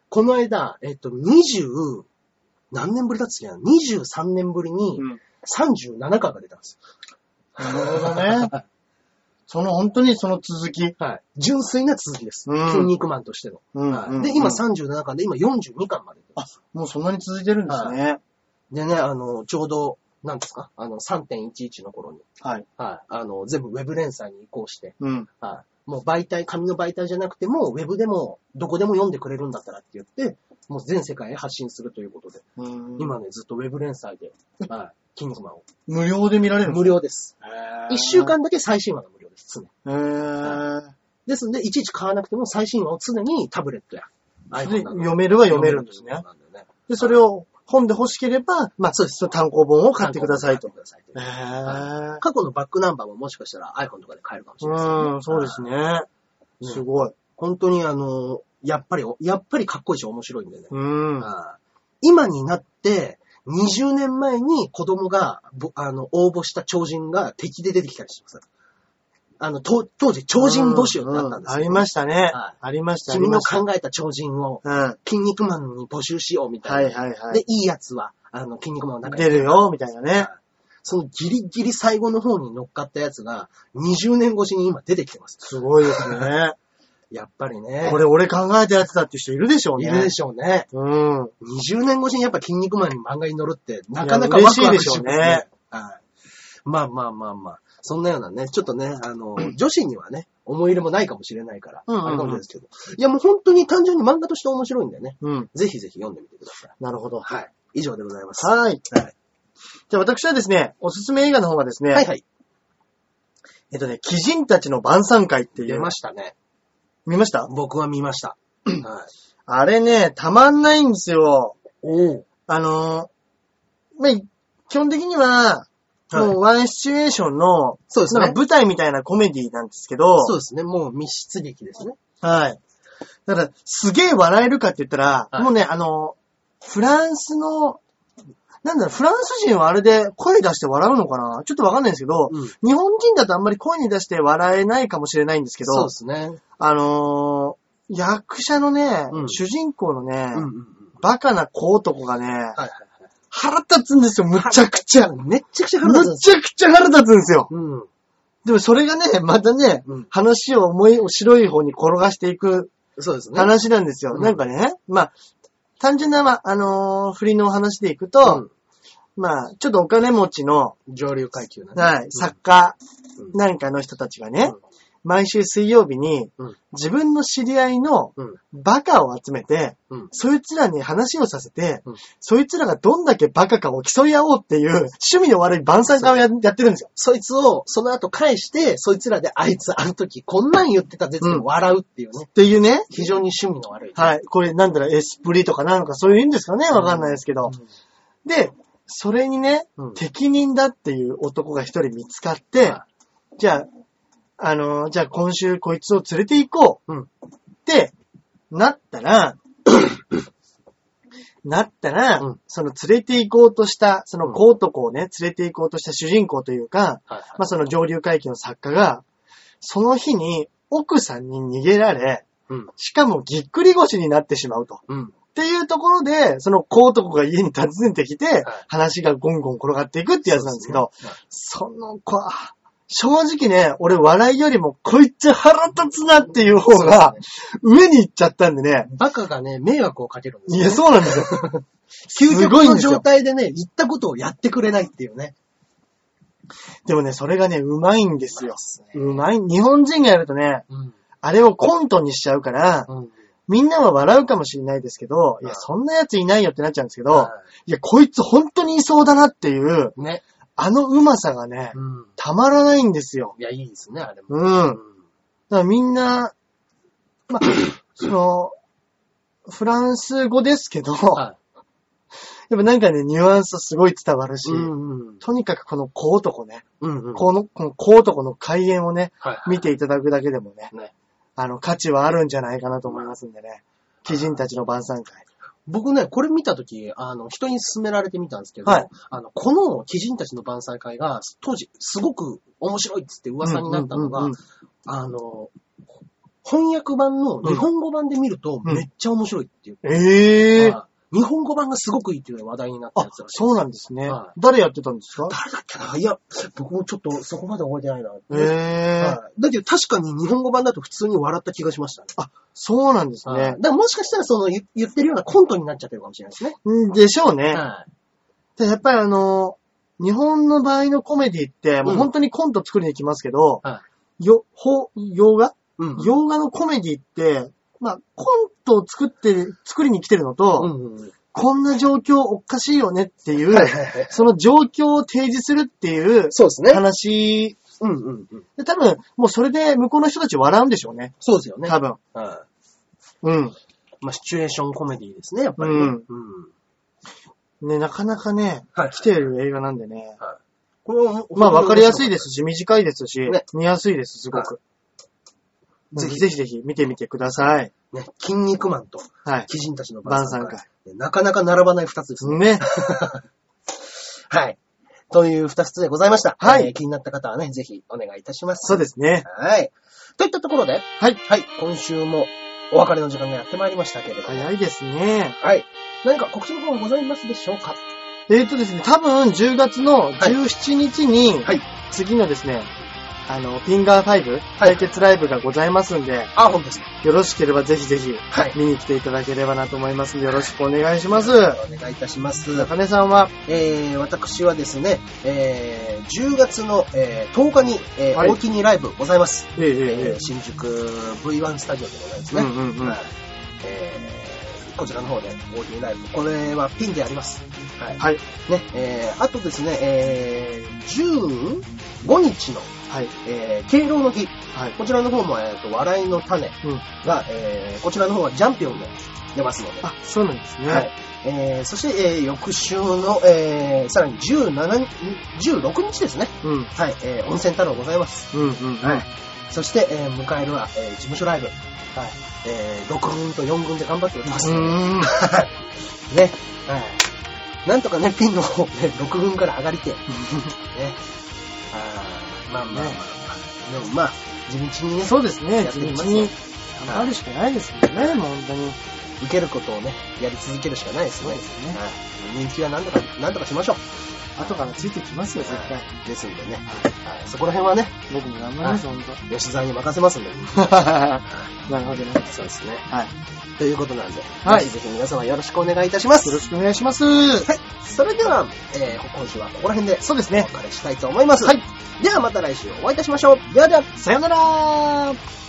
Speaker 2: この間、えっと、20、何年ぶりだっつっけな ?23 年ぶりに
Speaker 1: うん
Speaker 2: 37巻が出たんですよ。
Speaker 1: なるほどね。その本当にその続き。
Speaker 2: はい。純粋な続きです。
Speaker 1: うん
Speaker 2: 筋肉マンとしての。
Speaker 1: うんうん
Speaker 2: は
Speaker 1: う
Speaker 2: い
Speaker 1: ん。
Speaker 2: で、今37巻で、今42巻まで。
Speaker 1: あ、もうそんなに続いてるんですね。
Speaker 2: でね、あの、ちょうど、なんですかあの、3.11の頃に、
Speaker 1: はい。
Speaker 2: はい、あの、全部ウェブ連載に移行して、
Speaker 1: うん。
Speaker 2: はい、もう媒体、紙の媒体じゃなくても、ウェブでも、どこでも読んでくれるんだったらって言って、もう全世界へ発信するということで、
Speaker 1: うん
Speaker 2: 今ね、ずっとウェブ連載で、はい、キングマンを。
Speaker 1: 無料で見られるんで
Speaker 2: 無料です。
Speaker 1: すね
Speaker 2: 1週。間だけ最新話が無料です、常に。
Speaker 1: へー
Speaker 2: ですんで、いちいち買わなくても最新話を常にタブレットや。
Speaker 1: で
Speaker 2: iPhone など
Speaker 1: 読めるは読めるんですね
Speaker 2: 読めるということなんだよね。
Speaker 1: で、それを本で欲しければ、まあ、そうです。単行本を買ってくださいと。
Speaker 2: 買ってくださいと
Speaker 1: へー
Speaker 2: 過去のバックナンバーももしかしたら iPhone とかで買えるかもしれないですね。
Speaker 1: うん、そうですね。
Speaker 2: うん
Speaker 1: すごい。
Speaker 2: 本当にあの、やっぱり、やっぱりかっこいいし面白いんだよね。
Speaker 1: うん。は
Speaker 2: あー今になって、20年前に子供が、ぼあの、応募した超人が敵で出てきたりします。あの、と当時、超人募集だったんです
Speaker 1: あ
Speaker 2: よ。
Speaker 1: りましたね
Speaker 2: はい。
Speaker 1: ありました、あり
Speaker 2: 君
Speaker 1: ま
Speaker 2: の
Speaker 1: した。
Speaker 2: 考えた超人を、
Speaker 1: うん。は
Speaker 2: 筋肉マンに募集しようみ
Speaker 1: い
Speaker 2: た
Speaker 1: はいい
Speaker 2: な。
Speaker 1: は
Speaker 2: で、
Speaker 1: い。
Speaker 2: いいやつは、あの、筋肉マンの中に
Speaker 1: 出るよ、みたいなね。
Speaker 2: そのギリギリ最後の方に乗っかったやつが、20年越しに今出てきてます。
Speaker 1: すごいですね。
Speaker 2: やっぱりね。
Speaker 1: これ俺考えたやつだっていう人いるでしょうね。
Speaker 2: いるでしょうね。
Speaker 1: ょ。うん。
Speaker 2: 20年越しにやっぱ筋肉マンに漫画に乗るって、なかなかワクワクします
Speaker 1: いや嬉しいでしょうね
Speaker 2: ね。はい。まあまあまあまあ。そんなようなね、ちょっとね、
Speaker 1: [clears throat]
Speaker 2: あの、女子にはね、思い入れもないかもしれないから、
Speaker 1: うんうんうん
Speaker 2: あれかもしれないですけど。いやもう本当に単純に漫画として面白いんだよね。
Speaker 1: うん。
Speaker 2: ぜひぜひ読んでみてください。
Speaker 1: なるほど。
Speaker 2: はい。以上でございます。
Speaker 1: はい。
Speaker 2: はい。
Speaker 1: じゃあ私はですね、おすすめ映画の方がですね、
Speaker 2: はいはい。
Speaker 1: えっとね、鬼人たちの晩餐会ってい
Speaker 2: 出
Speaker 1: う。
Speaker 2: ましたね。
Speaker 1: 見ました
Speaker 2: 僕は見
Speaker 1: [clears throat]
Speaker 2: ました。はい。
Speaker 1: あれね、たまんないんですよ。
Speaker 2: おお。
Speaker 1: あのー、まあ、基本的には、もうワンシチュエーションの、
Speaker 2: そうです
Speaker 1: なん
Speaker 2: ね
Speaker 1: か。舞台みたいなコメディなんですけど、
Speaker 2: そうですね。もう密室劇ですね。
Speaker 1: はい。だから、すげえ笑えるかって言ったら、
Speaker 2: はい
Speaker 1: もうね、あの、フランスの、なんだろう、フランス人はあれで声出して笑うのかなちょっとわかんないんですけど、
Speaker 2: うん
Speaker 1: 日本人だとあんまり声に出して笑えないかもしれないんですけ
Speaker 2: そう
Speaker 1: ど
Speaker 2: で、すね。
Speaker 1: あのー役者のね、
Speaker 2: うん
Speaker 1: 主人公のね、
Speaker 2: うんうんうん。
Speaker 1: バカな小男がね、
Speaker 2: はいはい
Speaker 1: 腹立つんですよ、むちゃくちゃ。
Speaker 2: はい。めっちゃくちゃ
Speaker 1: む
Speaker 2: 腹立つんです
Speaker 1: ちゃくちゃ腹立つんですよ。
Speaker 2: よ。うん。
Speaker 1: でもそれがね、またね、
Speaker 2: うん
Speaker 1: 話を思い、白い方に転がしていく
Speaker 2: そうですね。
Speaker 1: 話なんですよ。
Speaker 2: うん
Speaker 1: なんかね、まあ、単純な、まあ、あのー振りのお話でいくと、まあ、ちょっとお金持ちの、
Speaker 2: 上流階級なね
Speaker 1: はい、作家なんかの人たちがね、毎週水曜日に
Speaker 2: うん、
Speaker 1: 自分の知り合いの
Speaker 2: うん。うん。
Speaker 1: バカを集めて、
Speaker 2: うん。
Speaker 1: そいつらに話をさせて、
Speaker 2: うん
Speaker 1: そいつらがどんだけバカかを競い合おうっていう、趣味の悪い晩餐会をややってるんですよ。
Speaker 2: そいつを、その後返して、そいつらで、あいつ、あの時、こんなん言ってたぜって
Speaker 1: うん
Speaker 2: 笑うっていうね。
Speaker 1: っていうね、
Speaker 2: 非常に趣味の悪い。
Speaker 1: はい、これなんだろう、エスプリとかなのかそういうんですかね、わかんないですけど。
Speaker 2: う
Speaker 1: で、それにね、
Speaker 2: うん
Speaker 1: 適任だっていう男が一人見つかって、
Speaker 2: は
Speaker 1: じゃあ、あの、じゃあ今週こいつを連れて行こう。
Speaker 2: うん
Speaker 1: って、なった
Speaker 2: [coughs]
Speaker 1: ら、なったら、
Speaker 2: うん
Speaker 1: その連れて行こうとした、その小男をね、連れて行こうとした主人公というか、
Speaker 2: はいはい。
Speaker 1: まあその上流階級の作家が、その日に奥さんに逃げられ、
Speaker 2: うん。
Speaker 1: しかもぎっくり腰になってしまうと。
Speaker 2: うん。
Speaker 1: っていうところで、その小男が家に訪ねてきて、話がゴンゴン転がっていくってやつなんですけど、その子は、正直ね、俺笑いよりもこいつ腹立つなっていう方が上に行っちゃったんでね。
Speaker 2: バカがね、迷惑をかけるんです
Speaker 1: い
Speaker 2: よ
Speaker 1: や、そうなんですよ。 [laughs]
Speaker 2: 究
Speaker 1: す
Speaker 2: 極
Speaker 1: ごいん
Speaker 2: の
Speaker 1: ですよ
Speaker 2: 状態でね、言ったことをやってくれないっていうね。
Speaker 1: でもね、それがね、うまいんですよ。
Speaker 2: う
Speaker 1: うまい。日本人がやるとね、
Speaker 2: ん。
Speaker 1: あれをコントにしちゃうから、
Speaker 2: うん。
Speaker 1: みんなは笑うかもしれないですけど、いや、
Speaker 2: はい
Speaker 1: そんなやついないよってなっちゃうんですけど
Speaker 2: は、
Speaker 1: いや、こいつ本当にいそうだなっていう、
Speaker 2: いね。
Speaker 1: あのうまさがね、
Speaker 2: うん。
Speaker 1: たまらないんですよ。
Speaker 2: いや、いいですね、あれも。
Speaker 1: うん。だ
Speaker 2: う
Speaker 1: からみんな、
Speaker 2: [coughs]
Speaker 1: まあ、その、フランス語ですけど、やっ
Speaker 2: は
Speaker 1: ぱなんかね、ニュアンスすごい伝わるし、
Speaker 2: い。うん。
Speaker 1: とにかくこの小男ね、
Speaker 2: うん。うん。
Speaker 1: この、この小男の開演をね、
Speaker 2: はい。
Speaker 1: 見ていただくだけでもね、
Speaker 2: ね
Speaker 1: あの、価値はあるんじゃないかなと思いますんでね、鬼人たちの晩餐会。
Speaker 2: 僕ね、これ見たとき、あの、人に勧められてみたんですけど、
Speaker 1: はい
Speaker 2: あの、この鬼人たちの晩餐会が、当時、すごく面白いっつって噂になったのが、
Speaker 1: うんうんうん
Speaker 2: あの、翻訳版の日本語版で見ると、
Speaker 1: うん
Speaker 2: めっちゃ面白いっていう、
Speaker 1: ええー、
Speaker 2: あ日本語版がすごくいいっていうのが話題になった
Speaker 1: あ
Speaker 2: やつら、しい。
Speaker 1: そうなんですね。
Speaker 2: はい
Speaker 1: 誰やってたんですか
Speaker 2: 誰だっけないや、僕もちょっとそこまで覚えてないな。
Speaker 1: ええー、
Speaker 2: はいだけど確かに日本語版だと普通に笑った気がしましたね。
Speaker 1: そうなんです
Speaker 2: はい
Speaker 1: ね
Speaker 2: だ。からもしかしたらその言言ってるようなコントになっちゃってるかもしれないですね。
Speaker 1: うんでしょうね。
Speaker 2: は
Speaker 1: でやっぱりあの、日本の場合のコメディって、もう本当にコント作りに来ますけど、
Speaker 2: は
Speaker 1: よ、ほ、洋画
Speaker 2: い。うん。
Speaker 1: 洋画のコメディって、まあ、コントを作ってる、作りに来てるのと、
Speaker 2: うんうんうん。
Speaker 1: こんな状況おかしいよねっていう、
Speaker 2: はいはいはい
Speaker 1: その状況を提示するっていう
Speaker 2: そうですね。
Speaker 1: 話、
Speaker 2: うんうんうん。
Speaker 1: で多分、もうそれで向こうの人たち笑うんでしょうね。
Speaker 2: そうですよね。
Speaker 1: 多分。
Speaker 2: は
Speaker 1: うん。
Speaker 2: い。まあ、シチュエーションコメディですね、やっぱりね。
Speaker 1: う
Speaker 2: うんん。
Speaker 1: ね、なかなかね、
Speaker 2: はい
Speaker 1: 来てる映画なんでね。
Speaker 2: これは
Speaker 1: まあ、わかりやすいで。すし、短いですし、
Speaker 2: ね
Speaker 1: 見やすいです、すごく。ぜ
Speaker 2: ぜ
Speaker 1: ひ
Speaker 2: ひ
Speaker 1: ぜひぜひ見てみてください。
Speaker 2: ね、筋肉マンと、
Speaker 1: はい。
Speaker 2: 鬼人たちの
Speaker 1: 晩
Speaker 2: 晩
Speaker 1: 餐
Speaker 2: 餐
Speaker 1: 会
Speaker 2: 会。。ねなかなか並ばない二つですね。
Speaker 1: ね。
Speaker 2: はい。という二つでございました。
Speaker 1: はい
Speaker 2: えー気になった方はね、ぜひお願いいたします。
Speaker 1: そうですね。
Speaker 2: はい。といったところで、
Speaker 1: はい。
Speaker 2: はい。今週もお別れの時間がやってまいりましたけれども。
Speaker 1: 早いですね。
Speaker 2: はい。何か告知の方はございますでしょうか
Speaker 1: えっ、ー、とですね、多分10月の17日に、
Speaker 2: はい
Speaker 1: 次のですね、あの、フィンガー5対決ライブがございますんで、
Speaker 2: あ、本当ですね。
Speaker 1: よろしければぜひぜひ
Speaker 2: はい。
Speaker 1: 見に来ていただければなと思いますんで、よろしくお願いします。
Speaker 2: お願いいたします。
Speaker 1: 中根さんは、
Speaker 2: えー、私はですね、えー、10月の、えー10日に、えー
Speaker 1: はい
Speaker 2: 大きにライブございます。
Speaker 1: えええ
Speaker 2: え
Speaker 1: え
Speaker 2: ー新宿 V1 スタジオでございます
Speaker 1: う
Speaker 2: ね。
Speaker 1: んうんうん
Speaker 2: はいえーこちらの方で大きにライブ。これはピンであります。はい。
Speaker 1: はい。
Speaker 2: ね、えー、あとですね、えー、15日の、
Speaker 1: はい。
Speaker 2: えー、敬老の日。
Speaker 1: はい。
Speaker 2: こちらの方も、えー、と、笑いの種
Speaker 1: うん。
Speaker 2: が、えー、こちらの方はジャンピオンで出ますので。
Speaker 1: あ、そうなんですね。
Speaker 2: はい。えー、そして、えー、翌週の、えー、さらに17日、16日ですね。
Speaker 1: うん。うん
Speaker 2: はい、えー、温泉太郎ございます。
Speaker 1: うんうん。
Speaker 2: はい。そして、えー、迎えるは、えー、事務所ライブ。はい。えー、6軍と4軍で頑張っております。
Speaker 1: う
Speaker 2: [laughs] ね。
Speaker 1: ーん。
Speaker 2: はい。なんとかね、ピンの方、ね、6軍から上が
Speaker 1: [laughs]
Speaker 2: りて、ね。あーまあまあまあまあ。でもまあ、地道にね、
Speaker 1: そうですね。
Speaker 2: やっ
Speaker 1: 地
Speaker 2: てみま
Speaker 1: 道
Speaker 2: すよ
Speaker 1: に頑張るしかないですもんね、もう本当に。
Speaker 2: 受けることをね、やり続けるしかないですね。
Speaker 1: そうですね
Speaker 2: はい。人気はなんとか、なんとかしましょう。
Speaker 1: 後からついてきますよ、絶対。
Speaker 2: ですんでね。はい。そこら辺はね、
Speaker 1: 僕も頑張ります、ほんと。
Speaker 2: 吉沢に任せますんで。
Speaker 1: [laughs] なるほどね。
Speaker 2: そうですね。
Speaker 1: はい。
Speaker 2: ということなんで、
Speaker 1: は
Speaker 2: はいい、ぜひぜひ皆様よろしくお願いいたします。
Speaker 1: よろしくお願いします。
Speaker 2: はい。それでは、えー、今週はここら辺で、
Speaker 1: そうです
Speaker 2: お
Speaker 1: ね。
Speaker 2: 別れしたいと思います。
Speaker 1: はい。
Speaker 2: ではまた来週お会いいたしましょう。ではでは。
Speaker 1: さよなら